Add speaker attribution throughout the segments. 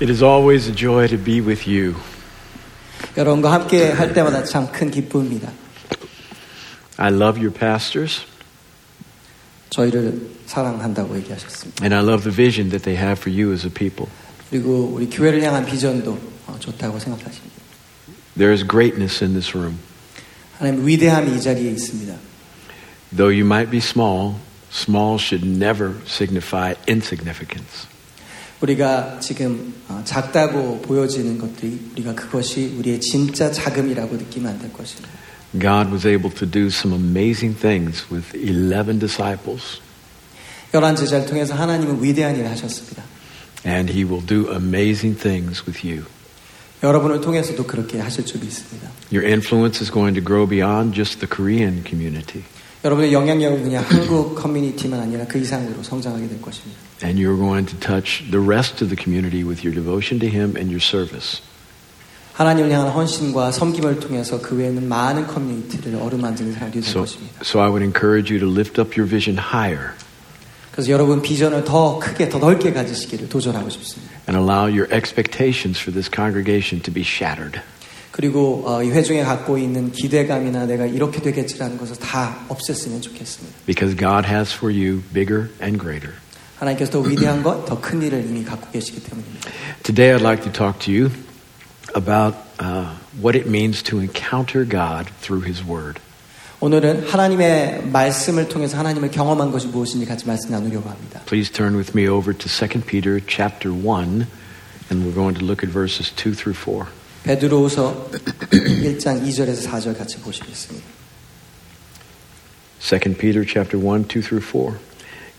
Speaker 1: It is always a joy to be with you.
Speaker 2: 여러분과 함께 할 때마다 참 큰 기쁨입니다.
Speaker 1: I love your pastors,
Speaker 2: 저희를 사랑한다고 얘기하셨습니다.
Speaker 1: and I love the vision that they have for you as a people.
Speaker 2: 그리고 우리 교회를 향한 비전도 어, 좋다고 생각하십니다.
Speaker 1: There is greatness in this room.
Speaker 2: 하나님 위대함이 이 자리에 있습니다.
Speaker 1: Though you might be small, small should never signify insignificance.
Speaker 2: 우리가 지금 어, 작다고 보여지는 것들이 우리가 그것이 우리의 진짜 자금이라고 느끼면 안 될 것입니다.
Speaker 1: God was able to do some amazing things with 11 disciples,
Speaker 2: 열한 제자를 통해서 하나님은 위대한 일을 하셨습니다.
Speaker 1: and He will do amazing things with you.
Speaker 2: 여러분을 통해서도 그렇게 하실 줄 믿습니다.
Speaker 1: Your influence is going to grow beyond just the Korean community,
Speaker 2: 여러분의 영향력은 그냥 한국 커뮤니티만 아니라 그 이상으로 성장하게 될 것입니다.
Speaker 1: and you're going to touch the rest of the community with your devotion to Him and your service.
Speaker 2: 하나님을 향한 헌신과 섬김을 통해서 그 외에는 많은 커뮤니티를 어루만지는 사람들이 될
Speaker 1: So,
Speaker 2: 것입니다.
Speaker 1: so I would encourage you to lift up your vision higher
Speaker 2: 그래서 여러분 비전을 더 크게, 더 넓게 가지시기를 도전하고 싶습니다.
Speaker 1: and allow your expectations for this congregation to be shattered.
Speaker 2: 그리고 어, 이 회중에 갖고 있는 기대감이나 내가 이렇게 되겠지라는 것을 다 없앴으면 좋겠습니다.
Speaker 1: Because God has for you bigger and greater.
Speaker 2: 하나님께서 더 위대한 것, 더 큰 일을 이미 갖고 계시기 때문입니다.
Speaker 1: Today, I'd like to talk to you about uh, what it means to encounter God through His Word.
Speaker 2: 오늘은 하나님의 말씀을 통해서 하나님을 경험한 것이 무엇인지 같이 말씀 나누려고 합니다.
Speaker 1: Please turn with me over to 2 Peter chapter 1, and we're going to look at verses 2 through 4.
Speaker 2: 베드로후서 1장 2절에서 4절 같이 보시겠습니다.
Speaker 1: 2 Peter chapter 1, 2 through 4.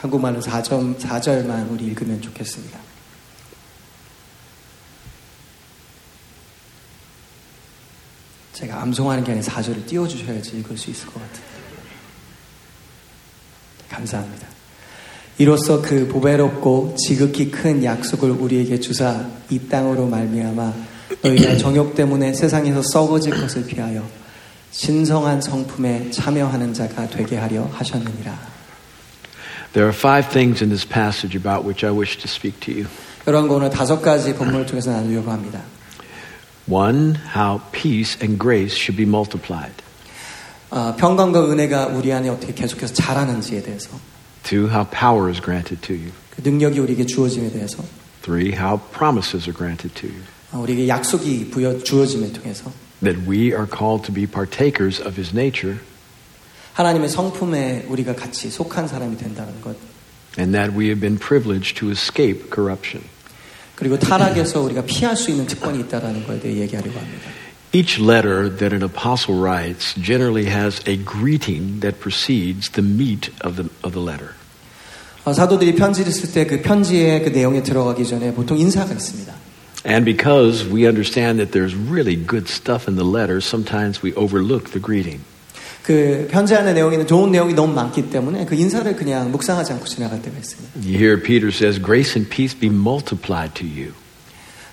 Speaker 2: 한국말로 4점, 4절만 우리 읽으면 좋겠습니다. 제가 암송하는 게 아니라 4절을 띄워주셔야지 읽을 수 있을 것 같아요. 감사합니다. 이로써 그 보배롭고 지극히 큰 약속을 우리에게 주사 이 땅으로 말미암아 너희가 정욕 때문에 세상에서 썩어질 것을 피하여 신성한 성품에 참여하는 자가 되게 하려 하셨느니라.
Speaker 1: There are five things in this passage about which I wish to speak to you.
Speaker 2: 여러분과 오늘 다섯 가지 본문을 통해서 나누려고 합니다.
Speaker 1: One, how peace and grace should be multiplied.
Speaker 2: 아, 평강과 은혜가 우리 안에 어떻게 계속해서 자라는지에 대해서
Speaker 1: Two, how power is granted to you.
Speaker 2: 그 능력이 우리에게 주어짐에 대해서
Speaker 1: Three, how promises are granted to you.
Speaker 2: 아, 우리에게 약속이 부여 주어짐에 통해서
Speaker 1: That we are called to be partakers of his nature
Speaker 2: 하나님의 성품에 우리가 같이 속한 사람이 된다는 것
Speaker 1: and that we have been privileged to escape corruption.
Speaker 2: 그리고 타락에서 우리가 피할 수 있는 특권이 있다는 것에 대해 얘기하려고 합니다.
Speaker 1: Each letter that an apostle writes generally has a greeting that precedes the meat of the, of the letter.
Speaker 2: 아, 사도들이 편지를 쓸 때 그 편지의 그 내용에 들어가기 전에 보통 인사가 있습니다.
Speaker 1: And because we understand that there's really good stuff in the letter, sometimes we overlook the greeting.
Speaker 2: 그 편지 안에 내용에는 좋은 내용이 너무 많기 때문에 그 인사를 그냥 묵상하지 않고 지나갈 때가 있습니다.
Speaker 1: You hear Peter says, Grace and peace be multiplied to you.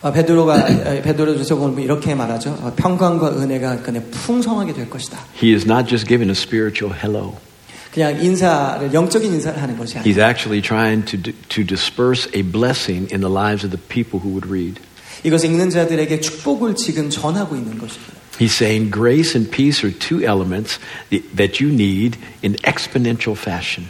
Speaker 2: 아, 베드로가 에, 베드로조서 보면 이렇게 말하죠. 아, 평강과 은혜가 그에 풍성하게 될 것이다.
Speaker 1: He is not just giving a spiritual hello.
Speaker 2: 그냥 인사를 영적인 인사를 하는 것이 아니라
Speaker 1: He's actually trying to, d- to disperse a blessing in the lives of the people who would read.
Speaker 2: 이것을 읽는 자들에게 축복을 지금 전하고 있는 것입니다.
Speaker 1: He's saying grace and peace are two elements th- that you need in exponential fashion.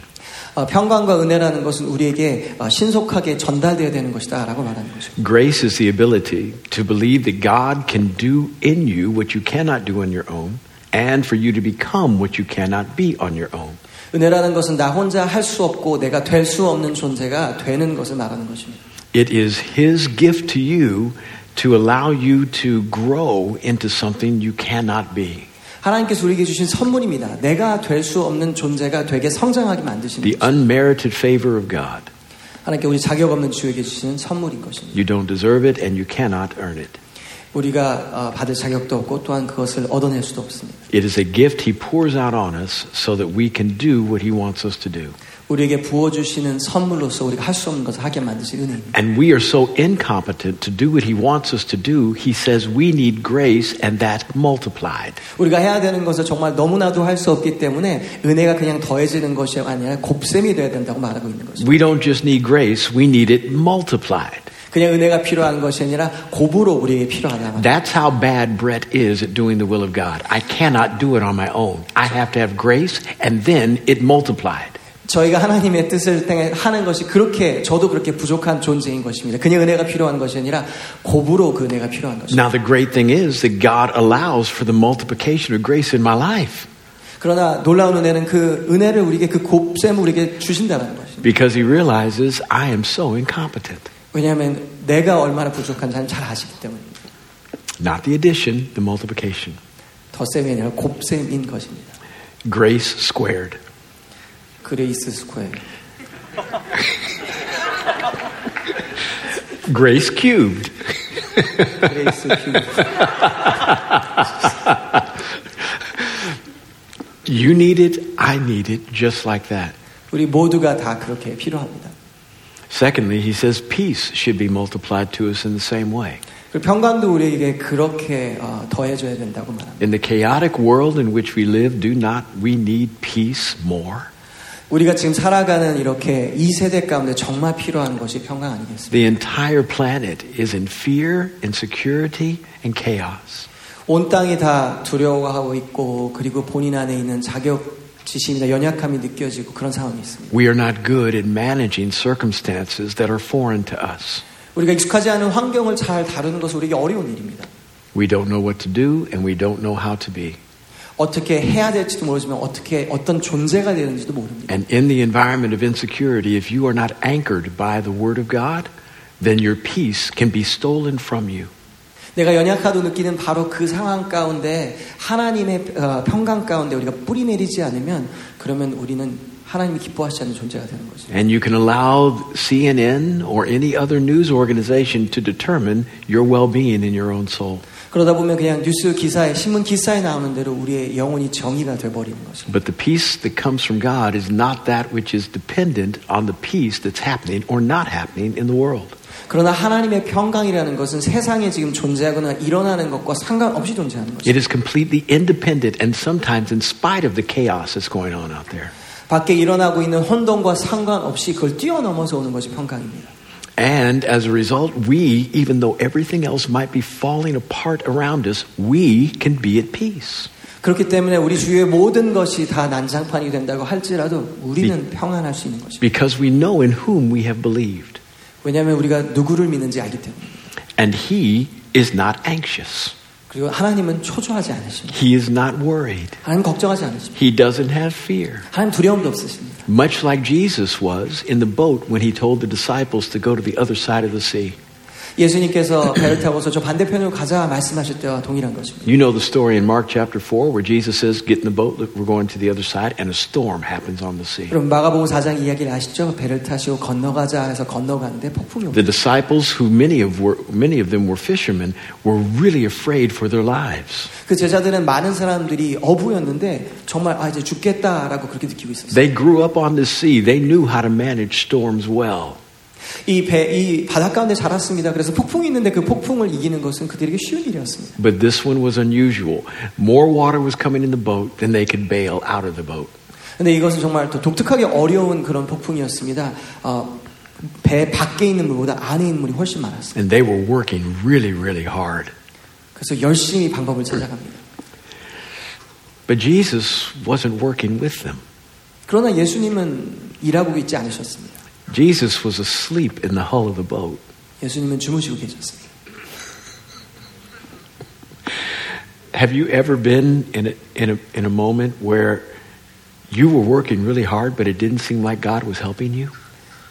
Speaker 2: 아, 평강과 은혜라는 것은 우리에게 아, 신속하게 전달되어야 되는 것이다라고 말하는 것입니다.
Speaker 1: Grace is the ability to believe that God can do in you what you cannot do on your own, and for you to become what you cannot be on your own.
Speaker 2: 은혜라는 것은 나 혼자 할 수 없고 내가 될 수 없는 존재가 되는 것을 말하는 것입니다.
Speaker 1: It is His gift to you to allow you to grow into something you cannot be.
Speaker 2: 하나님께서 우리에게 주신 선물입니다. 내가 될 수 없는 존재가 되게 성장하게 만드시는
Speaker 1: The
Speaker 2: 것입니다.
Speaker 1: unmerited favor of God.
Speaker 2: 하나님께 우리 자격 없는 주에게 주시는 선물인 것입니다.
Speaker 1: You don't deserve it and you cannot earn it.
Speaker 2: 우리가 어, 받을 자격도 없고 또한 그것을 얻어낼 수도 없습니다.
Speaker 1: It is a gift He pours out on us so that we can do what He wants us to do.
Speaker 2: 우리에게 부어주시는 선물로서 우리가 할 수 없는 것을 하게 만드신 은혜입니다.
Speaker 1: And we are so incompetent to do what He wants us to do, He says we need grace and that multiplied.
Speaker 2: 우리가 해야 되는 것을 정말 너무나도 할 수 없기 때문에 은혜가 그냥 더해지는 것이 아니라 곱셈이 돼야 된다고 말하고 있는 것입니다.
Speaker 1: We don't just need grace, we need it multiplied.
Speaker 2: 그냥 은혜가 필요한 것이 아니라 곱으로 우리에게 필요하다.
Speaker 1: That's how bad Brett is at doing the will of God. I cannot do it on my own. I have to have grace and then it multiplied.
Speaker 2: 저희가 하나님의 뜻을 향해 하는 것이 그렇게 저도 그렇게 부족한 존재인 것입니다. 그냥 은혜가 필요한 것이 아니라 곱으로 그 은혜가 필요한 것입니다.
Speaker 1: Now, the great thing is that God allows for the multiplication of grace in my life
Speaker 2: 그러나 놀라운 은혜는 그 은혜를 우리에게 그 곱셈을 우리에게 주신다는 것입니다.
Speaker 1: because He realizes I am so incompetent.
Speaker 2: 왜냐하면 내가 얼마나 부족한지 하나님 잘 아시기 때문입니다.
Speaker 1: Not the addition, the multiplication.
Speaker 2: 덧셈이 아니라 곱셈인 것입니다.
Speaker 1: Grace squared.
Speaker 2: 그레이스 스퀘어.
Speaker 1: Grace cubed.
Speaker 2: 그레이스 큐.
Speaker 1: You need it, I need it, just like that.
Speaker 2: 우리 모두가 다 그렇게 필요합니다.
Speaker 1: Secondly, he says peace should be multiplied to us in the same way.
Speaker 2: 그리고 평강도 우리에게 그렇게 어, 더해줘야 된다고 말합니다.
Speaker 1: In the chaotic world in which we live, do not we need peace more?
Speaker 2: 우리가 지금 살아가는 이렇게 이 세대 가운데 정말 필요한 것이 평강 아니겠습니까?
Speaker 1: The entire planet is in fear, insecurity, and chaos.
Speaker 2: 온 땅이 다 두려워하고 있고 그리고 본인 안에 있는 자격지심이나 연약함이 느껴지고 그런 상황이 있습니다.
Speaker 1: We are not good at managing circumstances that are foreign to us.
Speaker 2: 우리가 익숙하지 않은 환경을 잘 다루는 것은 우리에게 어려운 일입니다.
Speaker 1: We don't know what to do and we don't know how to be.
Speaker 2: 어떻게 해야 될지도 모르지만 어떻게 어떤 존재가 되는지도 모릅니다.
Speaker 1: And in the environment of insecurity, if you are not anchored by the Word of God, then your peace can be stolen from you.
Speaker 2: 내가 연약하다고 느끼는 바로 그 상황 가운데 하나님의 어, 평강 가운데 우리가 뿌리 내리지 않으면 그러면 우리는 하나님이 기뻐하시지 않는 존재가 되는 거죠.
Speaker 1: And you can allow CNN or any other news organization to determine your well being in your own soul.
Speaker 2: 그러다 보면 그냥 뉴스 기사에 신문 기사에 나오는 대로 우리의 영혼이 정의가 돼 버리는 거죠.
Speaker 1: But the peace that comes from God is not that which is dependent on the peace that's happening or not happening in the world.
Speaker 2: 그러나 하나님의 평강이라는 것은 세상에 지금 존재하거나 일어나는 것과 상관없이 존재하는 거죠.
Speaker 1: It is completely independent and sometimes in spite of the chaos that's going on out there.
Speaker 2: 밖에 일어나고 있는 혼돈과 상관없이 그걸 뛰어넘어서 오는 것이 평강입니다.
Speaker 1: And as a result, we, even though everything else might be falling apart around us, we can be at peace.
Speaker 2: 그렇기 때문에 우리 주위의 모든 것이 다 난장판이 된다고 할지라도 우리는 평안할 수 있는 것입니다.
Speaker 1: Because we know in whom we have believed.
Speaker 2: 왜냐하면 우리가 누구를 믿는지 알기 때문에.
Speaker 1: And he is not anxious.
Speaker 2: 그리고 하나님은 초조하지 않으십니다.
Speaker 1: He is not worried.
Speaker 2: 하나님 걱정하지 않으십니다.
Speaker 1: He doesn't have fear.
Speaker 2: 하나님 두려움도 없으십니다.
Speaker 1: Much like Jesus was in the boat when he told the disciples to go to the other side of the sea.
Speaker 2: 예수님께서 배를 타고서 저 반대편으로 가자 말씀하실 때와 동일한 것입니다.
Speaker 1: You know the story in Mark chapter 4 where Jesus says, Get in the boat, look, we're going to the other side, and a storm happens on the sea.
Speaker 2: 여러분 마가복음 4장 이야기를 아시죠? 배를 타시고 건너가자 해서 건너가는데 폭풍이
Speaker 1: The
Speaker 2: 옵니다.
Speaker 1: disciples, who many of, were, many of them were fishermen, were really afraid for their lives.
Speaker 2: 그 제자들은 많은 사람들이 어부였는데 정말 아 이제 죽겠다라고 그렇게 느끼고 있었어요.
Speaker 1: They grew up on the sea. They knew how to manage storms well.
Speaker 2: 이 배 이 바닷 가운데 자랐습니다. 그래서 폭풍이 있는데 그 폭풍을 이기는 것은 그들에게 쉬운 일이었습니다.
Speaker 1: But this one was unusual. More water was coming in the boat than they could bail out of the boat.
Speaker 2: 근데 이것은 정말 더 독특하게 어려운 그런 폭풍이었습니다. 어, 배 밖에 있는 물보다 안에 있는 물이 훨씬 많았어요.
Speaker 1: And they were working really, really hard.
Speaker 2: 그래서 열심히 방법을 찾아갑니다.
Speaker 1: But Jesus wasn't working with them.
Speaker 2: 그러나 예수님은 일하고 있지 않으셨습니다.
Speaker 1: Jesus was asleep in the hull of the boat.
Speaker 2: 예수님은 주무시고 계셨습니다.
Speaker 1: Have you ever been in a, in a, in a moment where you were working really hard, but it didn't seem like God was helping you?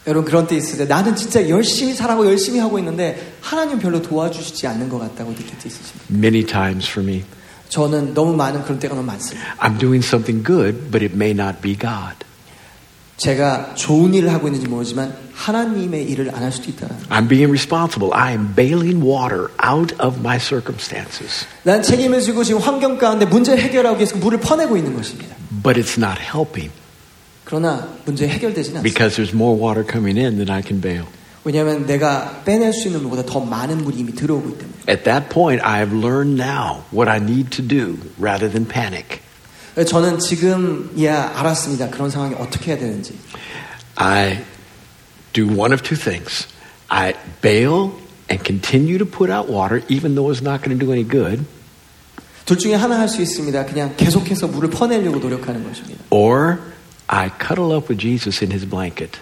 Speaker 2: 여러분 그런 때 있을 때 나는 진짜 열심히 살아고 열심히 하고 있는데 하나님 별로 도와주시지 않는 것 같다고 느낄 때 있으십니까?
Speaker 1: Many times for me.
Speaker 2: 저는 너무 많은 그런 때가 너무 많습니다.
Speaker 1: I'm doing something good, but it may not be God.
Speaker 2: 제가 좋은 일을 하고 있는지 모르지만 하나님의 일을 안 할 수도 있다는.
Speaker 1: I'm being responsible. I am bailing water out of my circumstances.
Speaker 2: 난 책임을 지고 지금 환경 가운데 문제 해결하기 위해서 물을 퍼내고 있는 것입니다.
Speaker 1: But it's not helping
Speaker 2: 그러나 문제 해결되지는 않습니다.
Speaker 1: because there's more water coming in than I can bail.
Speaker 2: 왜냐하면 내가 빼낼 수 있는 물보다 더 많은 물이 이미 들어오고 있기 때문에.
Speaker 1: At that point, I have learned now what I need to do rather than panic.
Speaker 2: 그래서 저는 지금이야 알았습니다. 그런 상황이 어떻게 해야 되는지.
Speaker 1: I do one of two things. I bail and continue to put out water, even though it's not going to do any good,
Speaker 2: 둘 중에 하나 할 수 있습니다. 그냥 계속해서 물을 퍼내려고 노력하는 것입니다.
Speaker 1: or I cuddle up with Jesus in his blanket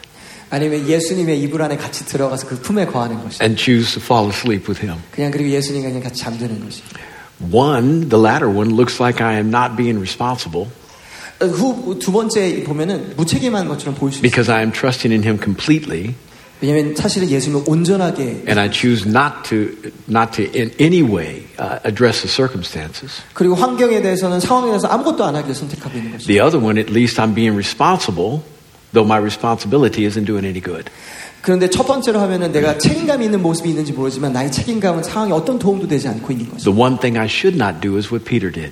Speaker 2: 아니면 예수님의 이불 안에 같이 들어가서 그 품에 거하는 것이죠.
Speaker 1: and choose to fall asleep with him.
Speaker 2: 그냥 그리고 예수님과 그냥 같이 잠드는 것이죠.
Speaker 1: One, the latter one, looks like I am not being responsible
Speaker 2: 후두 번째 보면은 무책임한 것처럼 보일 수 있어요.
Speaker 1: because I am trusting in him completely,
Speaker 2: 왜냐하면 사실은 예수님은 온전하게
Speaker 1: and I choose not to, not to in any way uh, address the circumstances.
Speaker 2: 그리고 환경에 대해서는 상황에 대해서 아무것도 안 하기를 선택하고 있는 것이죠.
Speaker 1: The other one, at least I'm being responsible, though my responsibility isn't doing any good.
Speaker 2: 그런데 첫 번째로 하면은 내가 책임감이 있는 모습이 있는지 모르지만 나의 책임감은 상황에 어떤 도움도 되지 않고 있는 거죠.
Speaker 1: The one thing I should not do is what Peter did.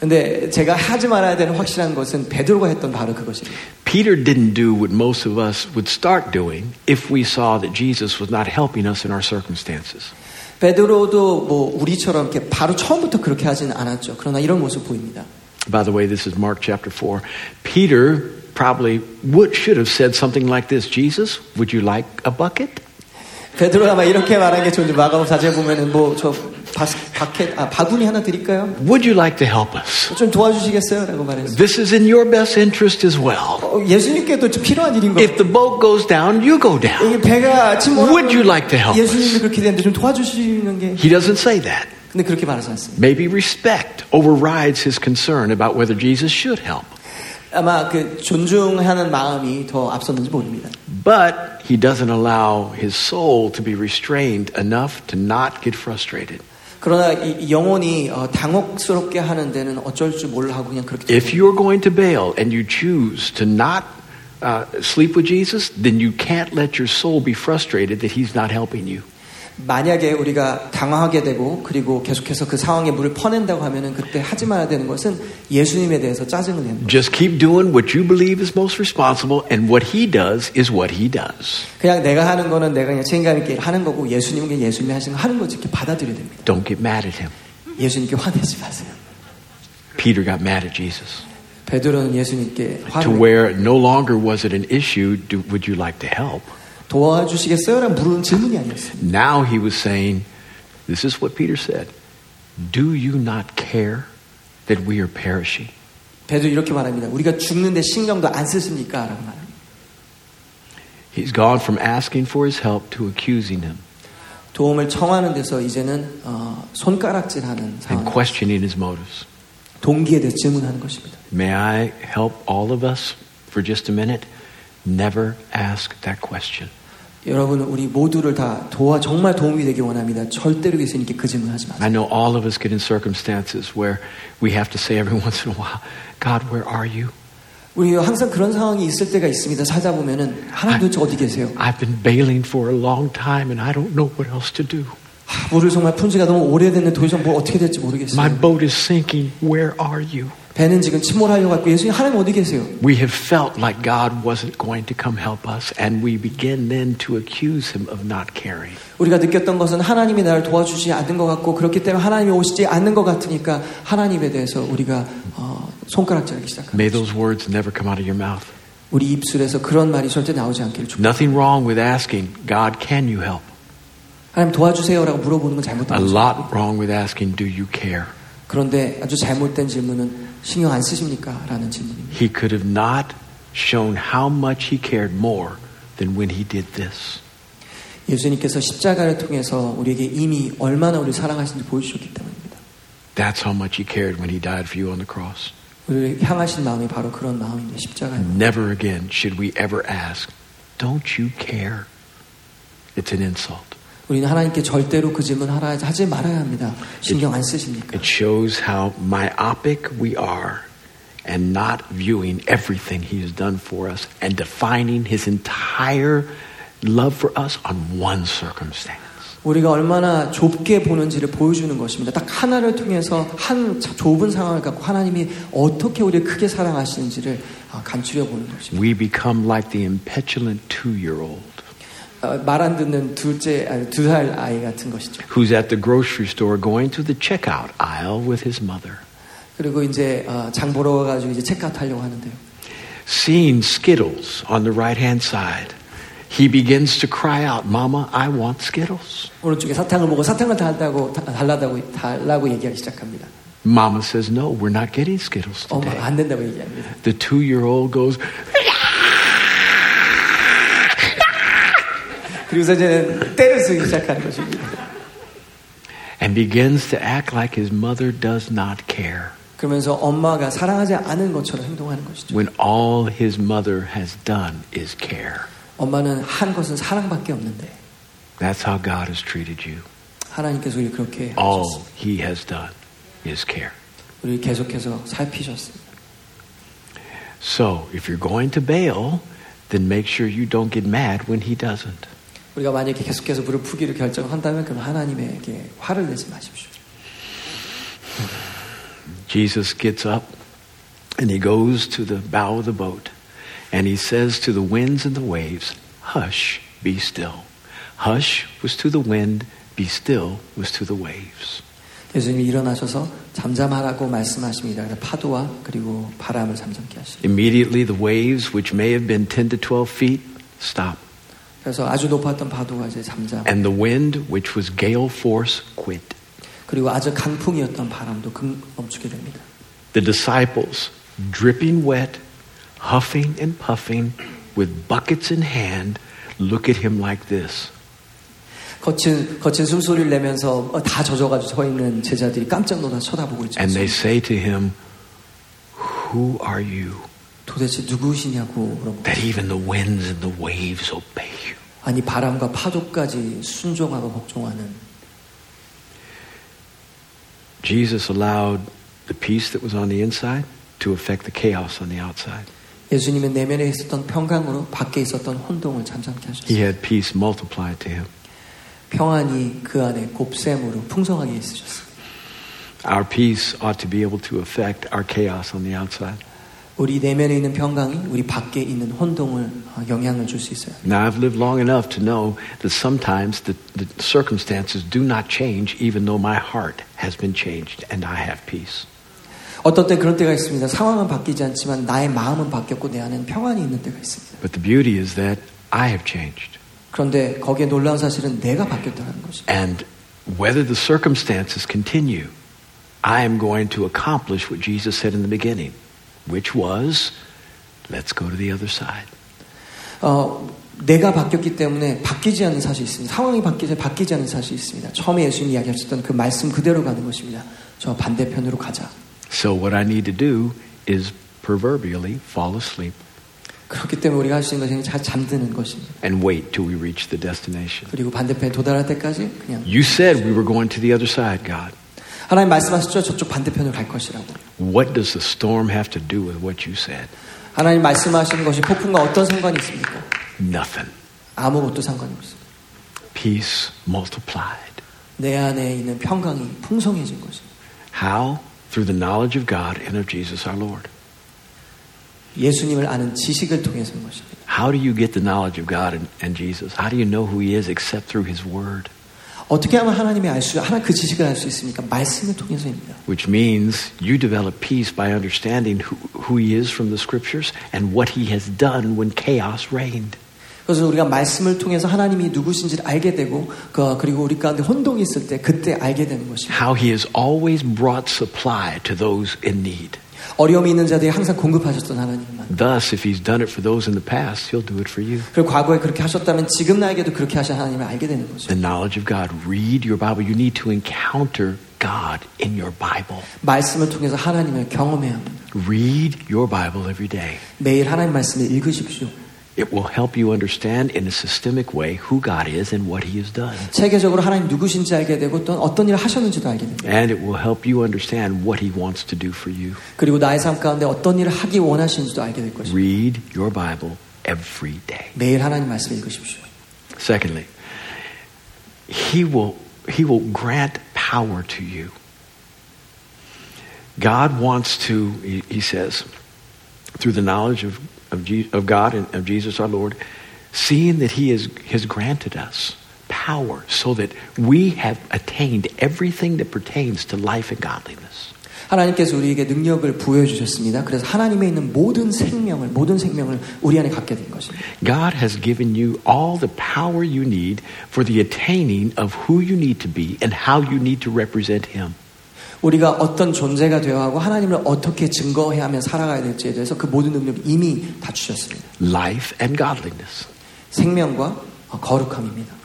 Speaker 2: 근데 제가 하지 말아야 되는 확실한 것은 베드로가 했던 바로 그것입니다.
Speaker 1: Peter didn't do what most of us would start doing if we saw that Jesus was not helping us in our circumstances.
Speaker 2: 베드로도 뭐 우리처럼 이렇게 바로 처음부터 그렇게 하지는 않았죠. 그러나 이런 모습 보입니다.
Speaker 1: By the way, this is Mark chapter 4. Peter probably would, should have said something like this Jesus, would you like a bucket?
Speaker 2: 베드로가 막 이렇게 말한 게 좋은데 마가복 사제 보면은 뭐 저 바켓 아 바구니 하나 드릴까요?
Speaker 1: Would you like to help us?
Speaker 2: 좀 도와주시겠어요?라고 말했어요.
Speaker 1: This is in your best interest as well.
Speaker 2: 어, 예수님께도 좀 필요한 일인 거예요.
Speaker 1: If the boat goes down, you go down.
Speaker 2: 이게 배가
Speaker 1: Would you
Speaker 2: 침몰하면 뭐
Speaker 1: like to help
Speaker 2: 예수님도
Speaker 1: us?
Speaker 2: 그렇게 되는데 좀 도와주시는 게
Speaker 1: He doesn't say that.
Speaker 2: 근데 그렇게 말하지 않습니다.
Speaker 1: Maybe respect overrides his concern about whether Jesus should help.
Speaker 2: 아마 그 존중하는 마음이 더 앞섰는지 모릅니다.
Speaker 1: But he doesn't allow his soul to be restrained enough to not get frustrated.
Speaker 2: 그러나 이- 이 영혼이 어, 당혹스럽게 하는 데는 어쩔 줄 몰라 하고 그냥 그렇게
Speaker 1: If you're going to bail and you choose to not uh, sleep with Jesus, then you can't let your soul be frustrated that he's not helping you.
Speaker 2: 만약에 우리가 당황하게 되고 그리고 계속해서 그 상황에 물을 퍼낸다고 하면은 그때 하지 말아야 되는 것은 예수님에 대해서 짜증을 내는 거예요.
Speaker 1: Just keep doing what you believe is most responsible, and what he does is what he does.
Speaker 2: 그냥 내가 하는 거는 내가 그냥 책임감 있게 하는 거고 예수님은 그냥 예수님이 하시는 거 하는 거지 이렇게 받아들여야 됩니다.
Speaker 1: Don't get mad at him.
Speaker 2: 예수님께 화내지 마세요.
Speaker 1: Peter got mad at Jesus
Speaker 2: 베드로는 예수님께
Speaker 1: to
Speaker 2: 화를
Speaker 1: where no longer was it an issue. Do, would you like to help?
Speaker 2: 도와주시겠어요? 라는 물은 질문이 아니었어요.
Speaker 1: Now he was saying, This is what Peter said Do you not care that we are perishing?
Speaker 2: 베드로 이렇게 말합니다. 우리가 죽는데 신경도 안 쓰십니까? 라고 말합니다.
Speaker 1: He's gone from asking for his help to accusing him
Speaker 2: 도움을 청하는 데서 이제는 어, 손가락질하는
Speaker 1: and
Speaker 2: 상황,
Speaker 1: questioning his motives.
Speaker 2: 동기에 대해 질문하는 것입니다.
Speaker 1: May I help all of us for just a minute? Never ask that question.
Speaker 2: 여러분 우리 모두를 다 도와 정말 도움이 되길 원합니다. 절대로 예수님께 그 질문하지 마세요.
Speaker 1: I know all of us get in circumstances where we have to say every once in a while, God, where are you?
Speaker 2: 우리 항상 그런 상황이 있을 때가 있습니다. 살다 보면은 하나님 도대체 어디 계세요?
Speaker 1: I've been bailing for a long time and I don't know what else to do.
Speaker 2: 아, 물을 정말 푼 지가 너무 오래됐는데 더 이상 뭘 어떻게 될지
Speaker 1: My
Speaker 2: 모르겠어요.
Speaker 1: boat is sinking. Where are you?
Speaker 2: 배는 지금 침몰하여 갖고 예수님 하나님 어디 계세요?
Speaker 1: We have felt like God wasn't going to come help us, and we begin then to accuse him of not caring.
Speaker 2: 우리가 느꼈던 것은 하나님이 나를 도와주지 않는 것 같고 그렇기 때문에 하나님이 오시지 않는 것 같으니까 하나님에 대해서 우리가 어, 손가락질하기 시작합니다.
Speaker 1: May those words never come out of your mouth.
Speaker 2: 우리 입술에서 그런 말이 절대 나오지 않기를 축복.
Speaker 1: Nothing wrong with asking, God, can you help?
Speaker 2: 하나님 도와주세요라고 물어보는 건 잘못된
Speaker 1: A
Speaker 2: 거죠.
Speaker 1: lot wrong with asking, do you care?
Speaker 2: 그런데 아주 잘못된 질문은 신경 안 쓰십니까? 라는 질문입니다.
Speaker 1: He could have not shown how much he cared more than when he did this.
Speaker 2: 예수님께서 십자가를 통해서 우리에게 이미 얼마나 우리를 사랑하시는지 보여주셨기 때문입니다.
Speaker 1: That's how much he cared when he died for you on the cross.
Speaker 2: 우리를 향하신 마음이 바로 그런 마음입니다. 십자가입니다.
Speaker 1: Never again should we ever ask, don't you care? It's an insult.
Speaker 2: 우리는 하나님께 절대로 그 질문 하라 하지 말아야 합니다. 신경 안 쓰십니까?
Speaker 1: It shows how myopic we are and not viewing everything He has done for us and defining His entire love for us on one circumstance.
Speaker 2: 우리가 얼마나 좁게 보는지를 보여주는 것입니다. 딱 하나를 통해서 한 자- 좁은 상황을 갖고 하나님이 어떻게 우리를 크게 사랑하시는지를 아, 간추려 보는 것입니다.
Speaker 1: We become like the impetulant two year old
Speaker 2: 어, 말 안 듣는 둘째, 아니, 두살 아이 같은 것이죠.
Speaker 1: who's at the grocery store going to the checkout aisle with his mother,
Speaker 2: 그리고 이제 아, 장 보러 와가지고 이제 체크아웃 하려고 하는데요.
Speaker 1: seeing Skittles on the right hand side. He begins to cry out, Mama, I want Skittles.
Speaker 2: 오른쪽에 사탕을 보고 사탕을 달라고, 다- 달라고, 달라고 얘기하기 시작합니다.
Speaker 1: Mama says, No, we're not getting Skittles
Speaker 2: 엄마
Speaker 1: today.
Speaker 2: 안 된다고 얘기합니다.
Speaker 1: The two year old goes,
Speaker 2: 그리고서 이제는 때를 쓰기 시작하는 것입니다.
Speaker 1: and begins to act like his mother does not care
Speaker 2: 그러면서 엄마가 사랑하지 않은 것처럼 행동하는 것이죠.
Speaker 1: when all his mother has done is care.
Speaker 2: 엄마는 한 것은 사랑밖에 없는데
Speaker 1: That's how God has treated you.
Speaker 2: 하나님께서 우리 그렇게
Speaker 1: All
Speaker 2: 하셨습니다.
Speaker 1: he has done is care.
Speaker 2: 우리 계속해서 살피셨습니다.
Speaker 1: So if you're going to bail, then make sure you don't get mad when he doesn't.
Speaker 2: 우리가 만약에 계속해서 무릎 푸기를 결정한다면 그럼 하나님에게 화를 내지 마십시오.
Speaker 1: Jesus gets up and he goes to the bow of the boat and he says to the winds and the waves, Hush, be still. Hush was to the wind, be still was to the waves.
Speaker 2: 예수님이 일어나셔서 잠잠하라고 말씀하십니다. 그래서 파도와 그리고 바람을 잠잠케 하십니다.
Speaker 1: Immediately the waves, which may have been 10 to 12 feet, stop,
Speaker 2: 그래서 아주 높았던 파도가 이제 잠잠
Speaker 1: and the wind, which was gale force, quit.
Speaker 2: 그리고 아주 강풍이었던 바람도 금- 멈추게 됩니다.
Speaker 1: The disciples, dripping wet, huffing and puffing, with buckets in hand, look at him like this.
Speaker 2: 거친 거친 숨소리를 내면서 어, 다 젖어가지고 서 있는 제자들이 깜짝 놀라 쳐다보고 있죠.
Speaker 1: And they say to him, Who are you
Speaker 2: 도대체 누구시냐고 물어보고
Speaker 1: that even the winds and the waves obey you?
Speaker 2: 아니 바람과 파도까지 순종하고 복종하는
Speaker 1: Jesus allowed the peace that was on the inside to affect the chaos on the outside.
Speaker 2: 예수님의 내면에 있었던 평강으로 밖에 있었던 혼동을 잠잠케
Speaker 1: He
Speaker 2: 하셨습니다.
Speaker 1: had peace multiplied to him.
Speaker 2: 평안이 그 안에 곱셈으로 풍성하게 있으셨습니다.
Speaker 1: Our peace ought to be able to affect our chaos on the outside.
Speaker 2: 우리 내면에 있는 평강이 우리 밖에 있는 혼동을 어, 영향을 줄 수 있어요.
Speaker 1: Now, I've lived long enough to know that sometimes the, the circumstances do not change, even though my heart has been changed and I have peace.
Speaker 2: 어떤 때 그런 때가 있습니다. 상황은 바뀌지 않지만 나의 마음은 바뀌었고 내 안에는 평안이 있는 때가 있습니다.
Speaker 1: But the beauty is that I have changed.
Speaker 2: 그런데 거기에 놀라운 사실은 내가 바뀌었다는 것이
Speaker 1: And whether the circumstances continue, I am going to accomplish what Jesus said in the beginning, which was, let's go to the other side.
Speaker 2: 어, 내가 바뀌었기 때문에 바뀌지 않는 사실이 있습니다. 상황이 바뀌지, 바뀌지 않는 사실이 있습니다. 처음에 예수님이 이야기하셨던 그 말씀 그대로 가는 것입니다. 저 반대편으로 가자.
Speaker 1: So, what I need to do is proverbially fall asleep
Speaker 2: 그렇기 때문에 우리가 할 수 있는 것은 잘 잠드는 것입니다.
Speaker 1: and wait till we reach the destination.
Speaker 2: 그리고 반대편에 도달할 때까지 그냥
Speaker 1: You said we were going to the other side, God.
Speaker 2: 하나님 말씀하셨죠. 저쪽 반대편으로 갈 것이라고.
Speaker 1: What does the storm have to do with what you said?
Speaker 2: 하나님 말씀하신 것이 폭풍과 어떤 상관이 있습니까?
Speaker 1: Nothing.
Speaker 2: 아무것도 상관이 없습니다.
Speaker 1: Peace multiplied.
Speaker 2: 내 안에 있는 평강이 풍성해진 것입니다.
Speaker 1: How? Through the knowledge of God and of Jesus our Lord.
Speaker 2: 예수님을 아는 지식을 통해서인 것입니다.
Speaker 1: How do you get the knowledge of God and, and Jesus? How do you know who He is except through His Word?
Speaker 2: 어떻게 하면 하나님이 알 수, 하나 그 지식을 알 수 있습니까? 말씀을 통해서입니다.
Speaker 1: Which means you develop peace by understanding who, who He is from the Scriptures and what He has done when chaos reigned.
Speaker 2: 그래서 우리가 말씀을 통해서 하나님이 누구신지를 알게 되고 그- 그리고 우리 가운데 혼동이 있을 때 그때 알게 되는 것입니다.
Speaker 1: How He has always brought supply to those in need.
Speaker 2: 어려움이 있는 자들이 항상 공급하셨던 하나님만.
Speaker 1: Thus, if He's done it for those in the past, He'll do it for you.
Speaker 2: 그리고 과거에 그렇게 하셨다면 지금 나에게도 그렇게 하신 하나님을 알게 되는
Speaker 1: The
Speaker 2: 거죠.
Speaker 1: knowledge of God. Read your Bible. You need to encounter God in your Bible.
Speaker 2: 말씀을 통해서 하나님을 경험해야 합니다.
Speaker 1: Read your Bible every day.
Speaker 2: 매일 하나님 말씀을 읽으십시오.
Speaker 1: It will help you understand in a systemic way who God is and what He has done.
Speaker 2: 체계적으로 하나님 누구신지 알게 되고 또 어떤 일을 하셨는지도 알게 됩니다.
Speaker 1: And it will help you understand what He wants to do for you.
Speaker 2: 그리고 나의 삶 가운데 어떤 일을 하기 원하시는지도 알게 될 것입니다.
Speaker 1: Read your Bible every day.
Speaker 2: 매일 하나님 말씀을 읽으십시오.
Speaker 1: Secondly, he will, he will grant power to you. God wants to, he, he says, through the knowledge of, of, Je- of God and of Jesus our Lord, seeing that he is, has granted us power so that we have attained everything that pertains to life and godliness.
Speaker 2: 하나님께서 우리에게 능력을 부여해 주셨습니다. 그래서 하나님에 있는 모든 생명을 모든 생명을 우리 안에 갖게 된 것입니다.
Speaker 1: God has given you all the power you need for the attaining of who you need to be and how you need to represent him.
Speaker 2: 우리가 어떤 존재가 되어 하고 하나님을 어떻게 증거해 하며 살아가야 될지에 대해서 그 모든 능력 이미 다 주셨습니다.
Speaker 1: life and godliness.
Speaker 2: 생명과 거룩함입니다.